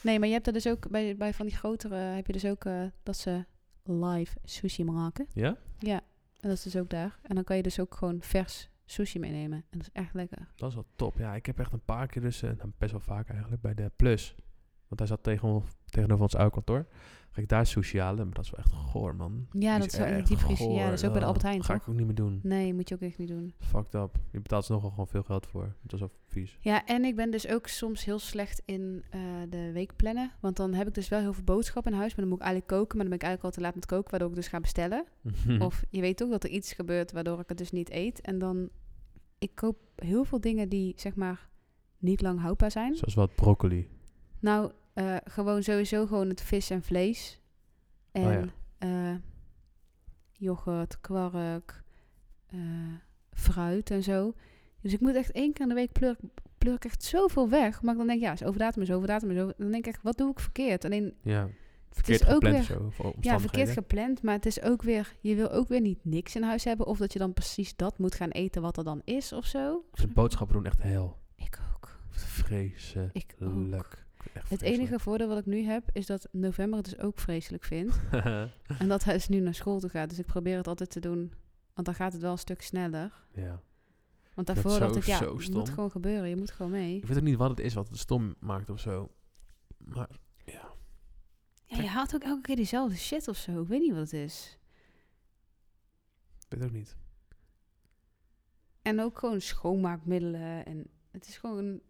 Speaker 1: Nee, maar je hebt er dus ook bij, bij van die grotere heb je dus ook eh, dat ze live sushi maken.
Speaker 2: Ja?
Speaker 1: Ja, en dat is dus ook daar. En dan kan je dus ook gewoon vers sushi meenemen. En dat is echt lekker.
Speaker 2: Dat is wel top. Ja, ik heb echt een paar keer dus, eh, nou, best wel vaak eigenlijk, bij de Plus. Want hij zat tegen, tegenover ons oude kantoor. Ga ik daar sushi halen, maar dat is wel echt goor, man.
Speaker 1: Ja,
Speaker 2: Die
Speaker 1: dat is wel in de
Speaker 2: echt
Speaker 1: diepvries. Ja, dat is ook bij de
Speaker 2: goor. eh,
Speaker 1: Albert Heijn,
Speaker 2: Ga
Speaker 1: toch?
Speaker 2: ik ook niet meer doen.
Speaker 1: Nee, moet je ook echt niet doen.
Speaker 2: Fucked up. Je betaalt er nogal gewoon veel geld voor. Dat is al vies.
Speaker 1: Ja, en ik ben dus ook soms heel slecht in eh, de week plannen. Want dan heb ik dus wel heel veel boodschappen in huis. Maar dan moet ik eigenlijk koken. Maar dan ben ik eigenlijk al te laat met koken. Waardoor ik dus ga bestellen.
Speaker 2: Mhm.
Speaker 1: Of je weet ook dat er iets gebeurt waardoor ik het dus niet eet. En dan, ik koop heel veel dingen die zeg maar niet lang houdbaar zijn.
Speaker 2: Zoals wat broccoli.
Speaker 1: Nou, eh, gewoon sowieso gewoon het vis en vlees. En
Speaker 2: Oh ja.
Speaker 1: eh, yoghurt, kwark, eh, fruit en zo. Dus ik moet echt één keer in de week pleur, pleur ik echt zoveel weg. Maar dan denk ik, ja, is overdatum, is overdatum, is over... Dan denk ik echt, wat doe ik verkeerd? Alleen,
Speaker 2: Ja.
Speaker 1: het
Speaker 2: Verkeerd
Speaker 1: is ook
Speaker 2: gepland
Speaker 1: weer
Speaker 2: of zo. Voor
Speaker 1: ja, verkeerd
Speaker 2: omstandigheden.
Speaker 1: gepland, maar het is ook weer, je wil ook weer niet niks in huis hebben. Of dat je dan precies dat moet gaan eten wat er dan is of zo.
Speaker 2: Of de boodschappen doen echt hel.
Speaker 1: Ik ook.
Speaker 2: Vreselijk.
Speaker 1: Ik ook.
Speaker 2: Leuk. Echt
Speaker 1: Het
Speaker 2: vreselijk.
Speaker 1: enige voordeel wat ik nu heb, is dat november het dus ook vreselijk vindt. en dat hij dus nu naar school toe gaat. Dus ik probeer het altijd te doen, want dan gaat het wel een stuk sneller.
Speaker 2: ja.
Speaker 1: Want
Speaker 2: vind het
Speaker 1: daarvoor dacht
Speaker 2: zo-
Speaker 1: ik, ja,
Speaker 2: zo
Speaker 1: het
Speaker 2: stom.
Speaker 1: moet gewoon gebeuren. Je moet gewoon mee.
Speaker 2: Ik weet ook niet wat het is wat het stom maakt of zo. Maar
Speaker 1: Ja, je haalt ook elke keer diezelfde shit of zo. Ik weet niet wat het is.
Speaker 2: ik weet ook niet.
Speaker 1: En ook gewoon schoonmaakmiddelen. En het is gewoon, het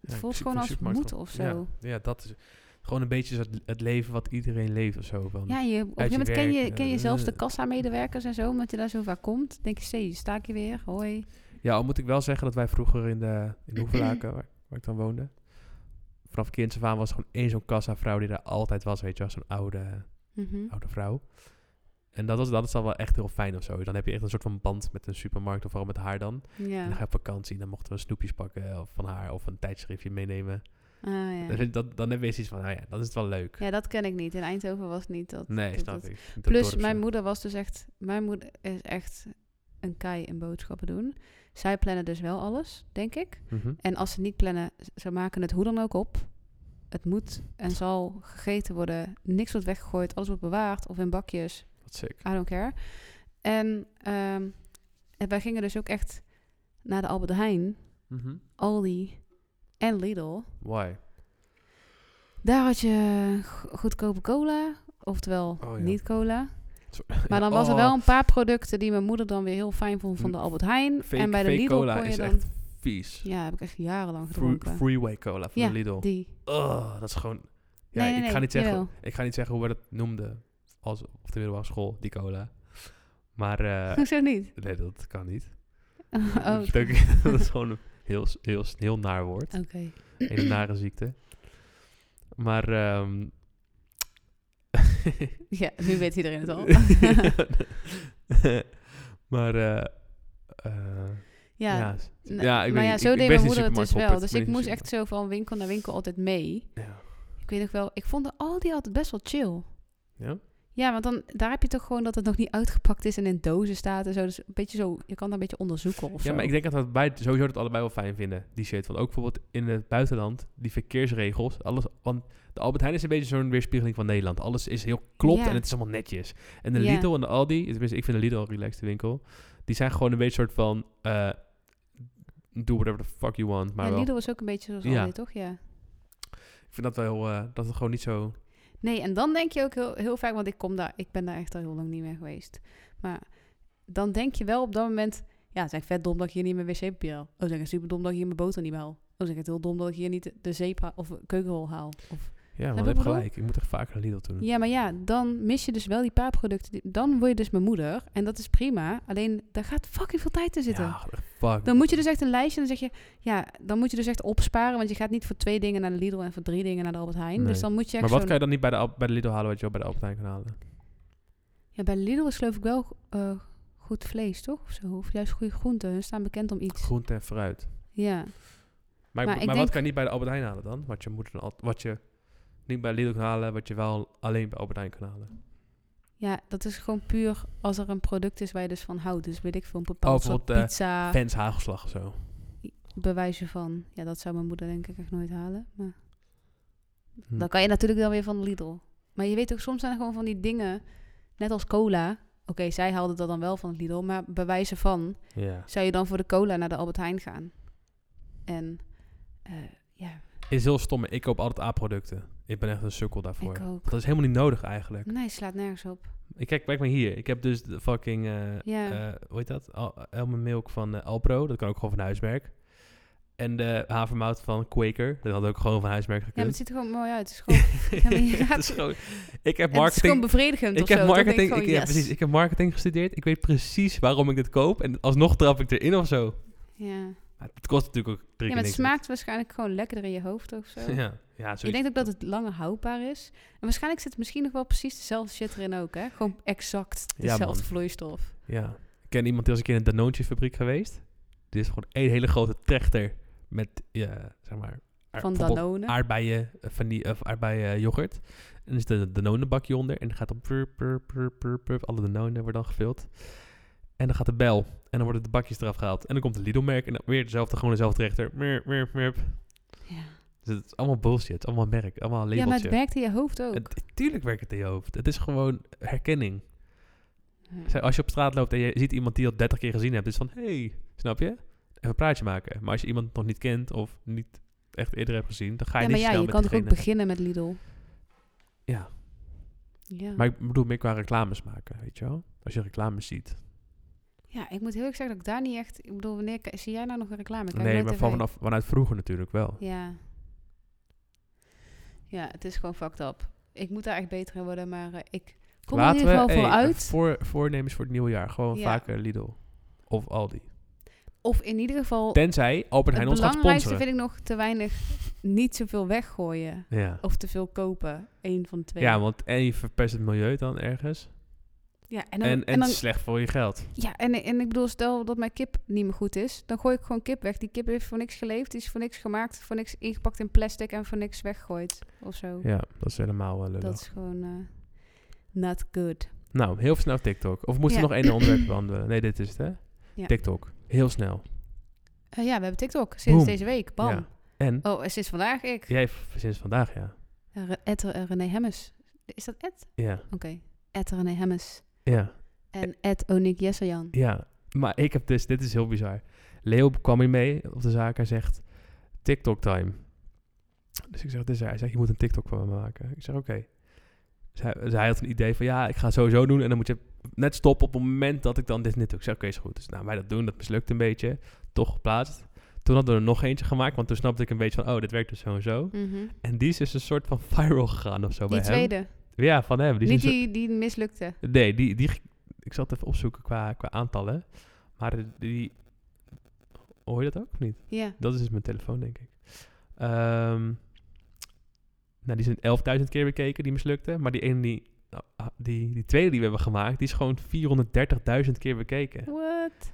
Speaker 2: Ja, ik
Speaker 1: voelt
Speaker 2: zie-
Speaker 1: gewoon
Speaker 2: van
Speaker 1: als
Speaker 2: supermarkt
Speaker 1: moeten
Speaker 2: gewoon-
Speaker 1: of zo.
Speaker 2: Ja, ja, dat is gewoon een beetje het, het leven wat iedereen leeft of zo. Van,
Speaker 1: Ja, je, op een gegeven
Speaker 2: uit je
Speaker 1: moment ken
Speaker 2: werk,
Speaker 1: je, ken je
Speaker 2: eh,
Speaker 1: zelfs de
Speaker 2: eh.
Speaker 1: kassa-medewerkers en zo, omdat je daar zo vaak komt. Denk je, "Zie, sta ik je weer, hoi.
Speaker 2: Ja, al moet ik wel zeggen dat wij vroeger in de, in de Hoevelaken, waar, waar ik dan woonde, vanaf kinds af aan was er gewoon één zo'n kassavrouw die daar altijd was, weet je wel, zo'n oude,
Speaker 1: Mhm.
Speaker 2: oude vrouw. En dat, was, dat is dan wel echt heel fijn of zo. Dan heb je echt een soort van band met een supermarkt of vooral met haar dan. En dan
Speaker 1: Ja.
Speaker 2: ga je op vakantie en dan mochten we snoepjes pakken of van haar of een tijdschriftje meenemen.
Speaker 1: Ah, ja.
Speaker 2: Dan, dan, dan heb je eens iets van, nou ja, dan is het wel leuk.
Speaker 1: ja, dat ken ik niet. In Eindhoven was niet dat.
Speaker 2: nee,
Speaker 1: dat-
Speaker 2: snap
Speaker 1: dat-
Speaker 2: ik. Dat
Speaker 1: Plus,
Speaker 2: dorpse.
Speaker 1: mijn moeder was dus echt, mijn moeder is echt een kei in boodschappen doen. Zij plannen dus wel alles, denk ik.
Speaker 2: Mhm.
Speaker 1: En als ze niet plannen, z- ze maken het hoe dan ook op. Het moet en zal gegeten worden. Niks wordt weggegooid, alles wordt bewaard of in bakjes.
Speaker 2: Wat sick.
Speaker 1: I don't care. En ehm, en wij gingen dus ook echt naar de Albert Heijn,
Speaker 2: Mhm.
Speaker 1: Aldi en Lidl.
Speaker 2: Why?
Speaker 1: Daar had je go- goedkope cola, oftewel
Speaker 2: Oh ja.
Speaker 1: niet cola.
Speaker 2: Sorry.
Speaker 1: Maar dan
Speaker 2: Ja,
Speaker 1: was er
Speaker 2: oh,
Speaker 1: wel een paar producten die mijn moeder dan weer heel fijn vond van de Albert Heijn.
Speaker 2: fake-
Speaker 1: en bij de
Speaker 2: fake
Speaker 1: Lidl
Speaker 2: cola
Speaker 1: kon je
Speaker 2: is
Speaker 1: dan...
Speaker 2: echt vies.
Speaker 1: Ja, heb ik echt jarenlang
Speaker 2: Free-
Speaker 1: gedronken.
Speaker 2: freeway cola van
Speaker 1: Ja,
Speaker 2: de Lidl.
Speaker 1: Die.
Speaker 2: Oh, dat is gewoon. Ja,
Speaker 1: Nee, nee,
Speaker 2: ik, ga
Speaker 1: nee,
Speaker 2: niet zeggen,
Speaker 1: jawel.
Speaker 2: ik ga niet zeggen hoe we dat noemden. Als, op de middelbare school, die cola. Maar eh,
Speaker 1: Hoezo niet?
Speaker 2: nee, dat kan niet.
Speaker 1: oh,
Speaker 2: Dat, betekent- dat is gewoon een heel, s- heel, s- heel naar woord.
Speaker 1: oké.
Speaker 2: Een nare ziekte. Maar. ehm,
Speaker 1: Ja, nu weet iedereen het al.
Speaker 2: maar. eh, eh,
Speaker 1: ja,
Speaker 2: ja, s-
Speaker 1: Nee,
Speaker 2: ja,
Speaker 1: maar
Speaker 2: ik weet
Speaker 1: Nou, ja,
Speaker 2: niet.
Speaker 1: zo deed
Speaker 2: ik, ik
Speaker 1: mijn
Speaker 2: ben
Speaker 1: moeder het dus wel. Dus ik moest
Speaker 2: moest
Speaker 1: echt zo van winkel naar winkel altijd mee.
Speaker 2: Ja.
Speaker 1: Ik weet nog wel, ik vond de Aldi altijd best wel chill.
Speaker 2: Ja?
Speaker 1: Ja, want dan, daar heb je toch gewoon dat het nog niet uitgepakt is en in dozen staat en zo. Dus een beetje zo, je kan daar een beetje onderzoeken of
Speaker 2: Ja,
Speaker 1: zo.
Speaker 2: maar ik denk dat we bij, sowieso dat allebei wel fijn vinden, die shit. Want ook bijvoorbeeld in het buitenland, die verkeersregels, alles... Want de Albert Heijn is een beetje zo'n weerspiegeling van Nederland. Alles is heel klopt
Speaker 1: Ja.
Speaker 2: en het is allemaal netjes. En de
Speaker 1: Ja.
Speaker 2: Lidl en de Aldi, tenminste, ik vind de Lidl een relaxed winkel. Die zijn gewoon een beetje soort van... eh do whatever the fuck you want, maar
Speaker 1: ja,
Speaker 2: wel...
Speaker 1: Lidl was ook een beetje zoals
Speaker 2: Ja.
Speaker 1: Aldi, toch? Ja.
Speaker 2: Ik vind dat wel... eh, dat het gewoon niet zo...
Speaker 1: Nee, en dan denk je ook heel, heel vaak, want ik kom daar, ik ben daar echt al heel lang niet meer geweest. Maar dan denk je wel op dat moment, ja, het is echt vet dom dat ik hier niet mijn wc-papier haal. Oh, zeg, het is super dom dat ik hier mijn boter niet meer haal. Oh, zeg, het is heel dom dat ik hier niet de zeep haal, of keukenrol haal. Of,
Speaker 2: Ja,
Speaker 1: ik
Speaker 2: maar heb
Speaker 1: bedoel?
Speaker 2: gelijk. Ik moet echt vaker naar Lidl toe.
Speaker 1: Ja, maar ja, dan mis je dus wel die paar producten. die- Dan word je dus mijn moeder. En dat is prima. Alleen, daar gaat fucking veel tijd in zitten.
Speaker 2: Ja, fuck.
Speaker 1: Dan moet je dus echt een lijstje. Dan zeg je, ja, dan moet je dus echt opsparen. Want je gaat niet voor twee dingen naar de Lidl en voor drie dingen naar de Albert Heijn.
Speaker 2: Nee.
Speaker 1: Dus dan moet je
Speaker 2: maar
Speaker 1: echt
Speaker 2: wat
Speaker 1: zo'n...
Speaker 2: kan je dan niet bij de, Al- bij de Lidl halen wat je wel bij de Albert Heijn kan halen?
Speaker 1: Ja, bij Lidl is geloof ik wel eh, goed vlees, toch? Of zo. Of juist goede groenten. Hun staan bekend om iets.
Speaker 2: Groente en fruit.
Speaker 1: Ja.
Speaker 2: Maar,
Speaker 1: Maar
Speaker 2: maar,
Speaker 1: ik
Speaker 2: wat
Speaker 1: denk-
Speaker 2: kan je niet bij de Albert Heijn halen dan? Wat je, moet dan al- wat je niet bij Lidl kan halen, wat je wel alleen bij Albert Heijn kan halen.
Speaker 1: ja, dat is gewoon puur als er een product is waar je dus van houdt. Dus weet ik veel, een bepaald
Speaker 2: Oh,
Speaker 1: soort
Speaker 2: bijvoorbeeld, eh,
Speaker 1: pizza,
Speaker 2: Fans hagelslag of zo.
Speaker 1: bewijzen van. Ja, dat zou mijn moeder denk ik echt nooit halen. Maar
Speaker 2: Hm.
Speaker 1: Dan kan je natuurlijk dan weer van Lidl. Maar je weet ook, soms zijn er gewoon van die dingen, net als cola. Oké, zij haalden dat dan wel van Lidl, maar bewijzen van...
Speaker 2: Ja.
Speaker 1: zou je dan voor de cola naar de Albert Heijn gaan. En eh, ja,
Speaker 2: Is heel stom, maar ik koop altijd A-producten. Ik ben echt een sukkel daarvoor.
Speaker 1: ik ook. Mm.
Speaker 2: Dat is helemaal niet nodig eigenlijk.
Speaker 1: Nee, slaat nergens op.
Speaker 2: Ik kijk, kijk maar hier. Ik heb dus de fucking, eh
Speaker 1: Ja.
Speaker 2: eh, hoe heet dat? Al, Elmer Milk van eh, Alpro. Dat kan ook gewoon van huismerk. En de havermout van Quaker. Dat had ook gewoon van huismerk
Speaker 1: Ja, maar het
Speaker 2: gekund.
Speaker 1: ziet er gewoon mooi uit. Het is gewoon, ja, maar je
Speaker 2: Het
Speaker 1: gaat-
Speaker 2: is gewoon- ik heb
Speaker 1: en het is gewoon
Speaker 2: marketing
Speaker 1: bevredigend
Speaker 2: Ik
Speaker 1: of
Speaker 2: heb
Speaker 1: zo. Dan denk
Speaker 2: marketing,
Speaker 1: gewoon,
Speaker 2: ik, ja,
Speaker 1: yes.
Speaker 2: precies, ik heb marketing gestudeerd. Ik weet precies waarom ik dit koop. En alsnog trap ik erin of zo.
Speaker 1: Ja.
Speaker 2: Maar het kost natuurlijk ook drie
Speaker 1: ja,
Speaker 2: keer
Speaker 1: maar het
Speaker 2: niks.
Speaker 1: smaakt waarschijnlijk gewoon lekkerder in je hoofd of zo.
Speaker 2: Ja, ja
Speaker 1: Ik
Speaker 2: zoiets.
Speaker 1: denk ook dat het langer houdbaar is. En waarschijnlijk zit misschien nog wel precies dezelfde shit erin ook, hè? Gewoon exact
Speaker 2: Ja, man.
Speaker 1: dezelfde vloeistof.
Speaker 2: Ja. Ik ken iemand die was een keer in een Danoontje fabriek geweest. Dit is gewoon één hele grote trechter met, ja, zeg maar... aar-
Speaker 1: Van
Speaker 2: bijvoorbeeld
Speaker 1: Danone.
Speaker 2: Aardbeien, eh, van die, of aardbeien eh, yoghurt. En dan zit een Danone bakje onder. En dan gaat dan... prup, prup, prup, prup, prup. alle Danone worden dan gevuld. En dan gaat de bel. En dan worden de bakjes eraf gehaald. En dan komt de Lidl-merk. En dan weer dezelfde, gewoon dezelfde trechter. Merp, merp, merp.
Speaker 1: Ja.
Speaker 2: Dus het is allemaal bullshit, het is allemaal merk, allemaal
Speaker 1: ja, maar
Speaker 2: labeltje.
Speaker 1: het werkt in je hoofd ook.
Speaker 2: Het- tuurlijk werkt het in je hoofd. Het is gewoon herkenning.
Speaker 1: Ja.
Speaker 2: Zeg, Als je op straat loopt en je ziet iemand die je al 30 keer gezien hebt, is van, hey, snap je? Even een praatje maken. Maar als je iemand nog niet kent of niet echt eerder hebt gezien, dan ga je
Speaker 1: Ja, maar
Speaker 2: niet
Speaker 1: ja,
Speaker 2: snel
Speaker 1: je
Speaker 2: met
Speaker 1: kan toch ook
Speaker 2: diegene-
Speaker 1: beginnen met Lidl?
Speaker 2: Ja.
Speaker 1: Ja.
Speaker 2: Maar ik bedoel meer qua reclames maken, weet je wel? Als je reclames ziet.
Speaker 1: Ja, ik moet heel erg zeggen dat ik daar niet echt... Ik bedoel, wanneer k- zie jij nou nog een reclame? Ik Kijk
Speaker 2: nee,
Speaker 1: nooit
Speaker 2: maar
Speaker 1: tv.
Speaker 2: van vanaf, vanuit vroeger natuurlijk wel.
Speaker 1: Ja. Ja, het is gewoon fucked up. Ik moet daar echt beter in worden, maar eh, ik kom er in
Speaker 2: Laten
Speaker 1: ieder
Speaker 2: we,
Speaker 1: geval
Speaker 2: hey,
Speaker 1: vooruit.
Speaker 2: Voor, voornemens voor het nieuwe jaar. Gewoon
Speaker 1: Ja.
Speaker 2: vaker Lidl of Aldi.
Speaker 1: Of in ieder geval,
Speaker 2: Tenzij Albert
Speaker 1: het
Speaker 2: Heijn ons gaat
Speaker 1: belangrijkste
Speaker 2: sponsoren.
Speaker 1: vind ik nog te weinig, niet zoveel weggooien.
Speaker 2: Ja.
Speaker 1: Of te veel kopen, Eén van de twee.
Speaker 2: Ja, want en je verpest het milieu dan ergens.
Speaker 1: ja en,
Speaker 2: En,
Speaker 1: dan,
Speaker 2: en,
Speaker 1: Nou, en, dan-
Speaker 2: slecht voor je geld.
Speaker 1: ja, en, en ik bedoel, stel dat mijn kip niet meer goed is, dan gooi ik gewoon kip weg. Die kip heeft voor niks geleefd, die is voor niks gemaakt, voor niks ingepakt in plastic en voor niks weggegooid of zo.
Speaker 2: Ja, dat is helemaal wel lullig.
Speaker 1: Dat is gewoon eh, not good.
Speaker 2: Nou, heel snel TikTok. Of moesten we
Speaker 1: Ja.
Speaker 2: nog één onderwerp behandelen? Nee, dit is het, hè?
Speaker 1: Ja.
Speaker 2: TikTok. Heel snel.
Speaker 1: Eh, ja, we hebben TikTok sinds
Speaker 2: Boom.
Speaker 1: deze week. Bam.
Speaker 2: Ja. En
Speaker 1: Oh, en sinds vandaag ik.
Speaker 2: jij v- sinds vandaag, ja.
Speaker 1: Eh, Re- Ed eh, René Hemmes. Is dat Ed?
Speaker 2: Ja,
Speaker 1: Oké. Ed René Hemmes.
Speaker 2: ja,
Speaker 1: En Ed Onik Jessejan.
Speaker 2: ja. Maar ik heb dus, dit is heel bizar. Leo kwam hier mee op de zaak. Hij zegt, TikTok time. Dus ik zeg, dit is hij. Hij zegt, je moet een TikTok van me maken. Ik zeg, oké. Dus hij, dus hij had een idee van, ja, ik ga het sowieso doen. En dan moet je net stoppen op het moment dat ik dan dit niet doe. Ik zeg, oké, is goed. Dus nou, wij dat doen, dat mislukt een beetje. Toch geplaatst. Toen hadden we er nog eentje gemaakt, want toen snapte ik een beetje van, oh, dit werkt dus zo en zo.
Speaker 1: Mhm.
Speaker 2: En die is dus een soort van viral gegaan of zo
Speaker 1: Die
Speaker 2: bij
Speaker 1: tweede.
Speaker 2: hem. Ja, van hem. Die is
Speaker 1: Niet
Speaker 2: een
Speaker 1: die, die mislukte.
Speaker 2: soort- Nee, die, die... Ik zal het even opzoeken qua, qua aantallen. Maar de- die... Hoor je dat ook of niet?
Speaker 1: Ja.
Speaker 2: Dat is dus mijn telefoon, denk ik. Ehm, nou, die zijn 11.000 keer bekeken, die mislukte. Maar die ene die... nou, ah, die, die tweede die we hebben gemaakt, die is gewoon 430.000 keer bekeken.
Speaker 1: What?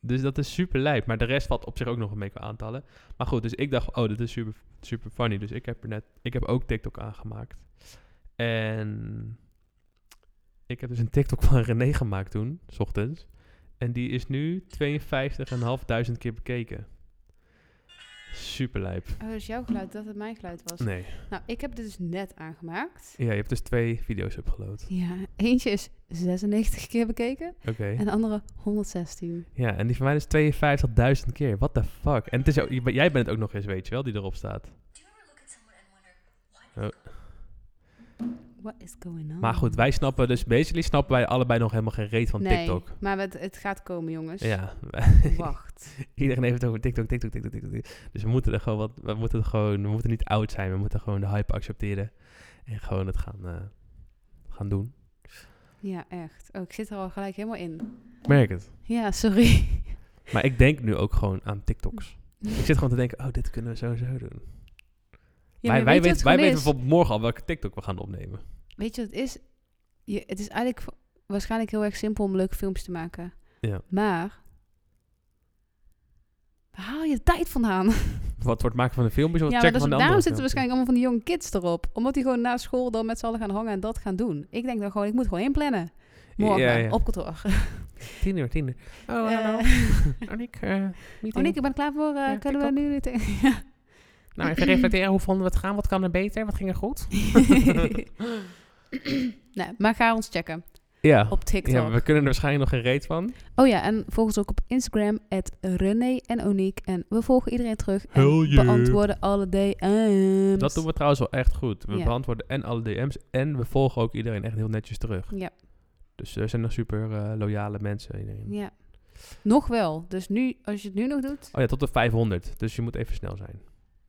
Speaker 2: Dus dat is super lijp. Maar de rest valt op zich ook nog een beetje qua aantallen. Maar goed, dus ik dacht, oh, dit is super, super funny. Dus ik heb er net, ik heb ook TikTok aangemaakt. En ik heb dus een TikTok van René gemaakt toen, s ochtends. En die is nu 52.500 keer bekeken. Super lijp.
Speaker 1: Oh, dat is jouw geluid, dat het mijn geluid was.
Speaker 2: Nee.
Speaker 1: Nou, ik heb dit dus net aangemaakt.
Speaker 2: Ja, je hebt dus twee video's upgeload.
Speaker 1: Ja, eentje is 96 keer bekeken
Speaker 2: Oké.
Speaker 1: en de andere 116.
Speaker 2: Ja, en die van mij is 52.000 keer. What the fuck? En het is ook, jij bent het ook nog eens, weet je wel, die erop staat.
Speaker 1: What is going on?
Speaker 2: Maar goed, wij snappen dus, basically snappen wij allebei nog helemaal geen reet van
Speaker 1: nee, Dus
Speaker 2: TikTok.
Speaker 1: maar het, het gaat komen, jongens.
Speaker 2: Ja,
Speaker 1: Wacht.
Speaker 2: iedereen heeft het over TikTok, TikTok, TikTok, TikTok. TikTok. Dus we moeten er gewoon wat, we moeten er gewoon, we moeten niet oud zijn, we moeten gewoon de hype accepteren en gewoon het gaan, eh, gaan doen.
Speaker 1: Ja, echt. Oh, ik zit er al gelijk helemaal in.
Speaker 2: Ik merk het.
Speaker 1: Ja, sorry.
Speaker 2: Maar ik denk nu ook gewoon aan TikToks. Ik zit gewoon te denken, oh, dit kunnen we sowieso doen.
Speaker 1: Ja,
Speaker 2: wij
Speaker 1: maar
Speaker 2: wij,
Speaker 1: weet je wat het
Speaker 2: weten, wij
Speaker 1: gewoon
Speaker 2: weten
Speaker 1: is?
Speaker 2: bijvoorbeeld morgen al welke TikTok we gaan opnemen.
Speaker 1: Weet je wat het is? Je, het is eigenlijk v- waarschijnlijk heel erg simpel om leuke filmpjes te maken.
Speaker 2: Ja.
Speaker 1: Maar... Waar haal je de tijd vandaan?
Speaker 2: Wat wordt maken van de filmpjes of
Speaker 1: Ja,
Speaker 2: het
Speaker 1: maar dat is,
Speaker 2: checken van de
Speaker 1: daarom
Speaker 2: andere
Speaker 1: zitten waarschijnlijk allemaal van die jonge kids erop. Omdat die gewoon na school dan met z'n allen gaan hangen en dat gaan doen. Ik denk dan gewoon, ik moet gewoon inplannen. Morgen,
Speaker 2: Ja, ja.
Speaker 1: op kantoor.
Speaker 2: filmpjes. Tien uur, tien uur. Oh,
Speaker 1: Eh,
Speaker 2: hallo. Aniek, eh, meeting.
Speaker 1: Monique, ik ben klaar voor. eh,
Speaker 2: Ja,
Speaker 1: kunnen we
Speaker 2: TikTok.
Speaker 1: nu weer tegen- Ja.
Speaker 2: Nou, even reflecteren. Hoe vonden we het gaan? Wat kan er beter? Wat ging er goed?
Speaker 1: nee, maar ga ons checken
Speaker 2: Ja.
Speaker 1: op TikTok.
Speaker 2: Ja, we kunnen er waarschijnlijk nog geen reet van.
Speaker 1: Oh ja, en volg ons ook op Instagram, at René en Oniek. En we volgen iedereen terug en
Speaker 2: Hell yeah.
Speaker 1: beantwoorden alle DM's.
Speaker 2: Dat doen we trouwens wel echt goed. We
Speaker 1: Ja.
Speaker 2: beantwoorden en alle DM's en we volgen ook iedereen echt heel netjes terug.
Speaker 1: Ja.
Speaker 2: Dus er zijn nog super eh, loyale mensen. Iedereen.
Speaker 1: Ja. Nog wel. Dus nu, als je het nu nog doet...
Speaker 2: Oh ja, tot de 500. Dus je moet even snel zijn. Want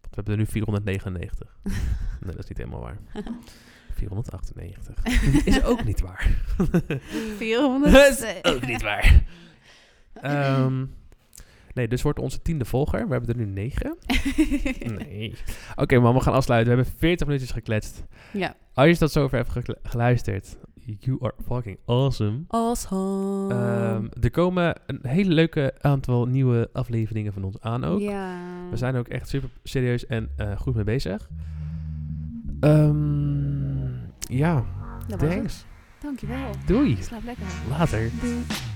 Speaker 2: we hebben er nu 499. nee, dat is niet helemaal waar. 498. is ook niet waar.
Speaker 1: 400.
Speaker 2: ook niet waar. Ehm, nee, dus wordt onze tiende volger. We hebben er nu negen. Nee. Oké, man, we gaan afsluiten. We hebben 40 minuutjes gekletst.
Speaker 1: Ja.
Speaker 2: Als je tot zover hebt gekle- geluisterd, you are fucking awesome.
Speaker 1: Awesome.
Speaker 2: Ehm, er komen een hele leuke aantal nieuwe afleveringen van ons aan ook.
Speaker 1: Ja.
Speaker 2: We zijn ook echt super serieus en eh, goed mee bezig. Ehm, ja,
Speaker 1: Dat was het.
Speaker 2: thanks.
Speaker 1: Dankjewel.
Speaker 2: Doei.
Speaker 1: Slaap lekker.
Speaker 2: Later.
Speaker 1: Doei.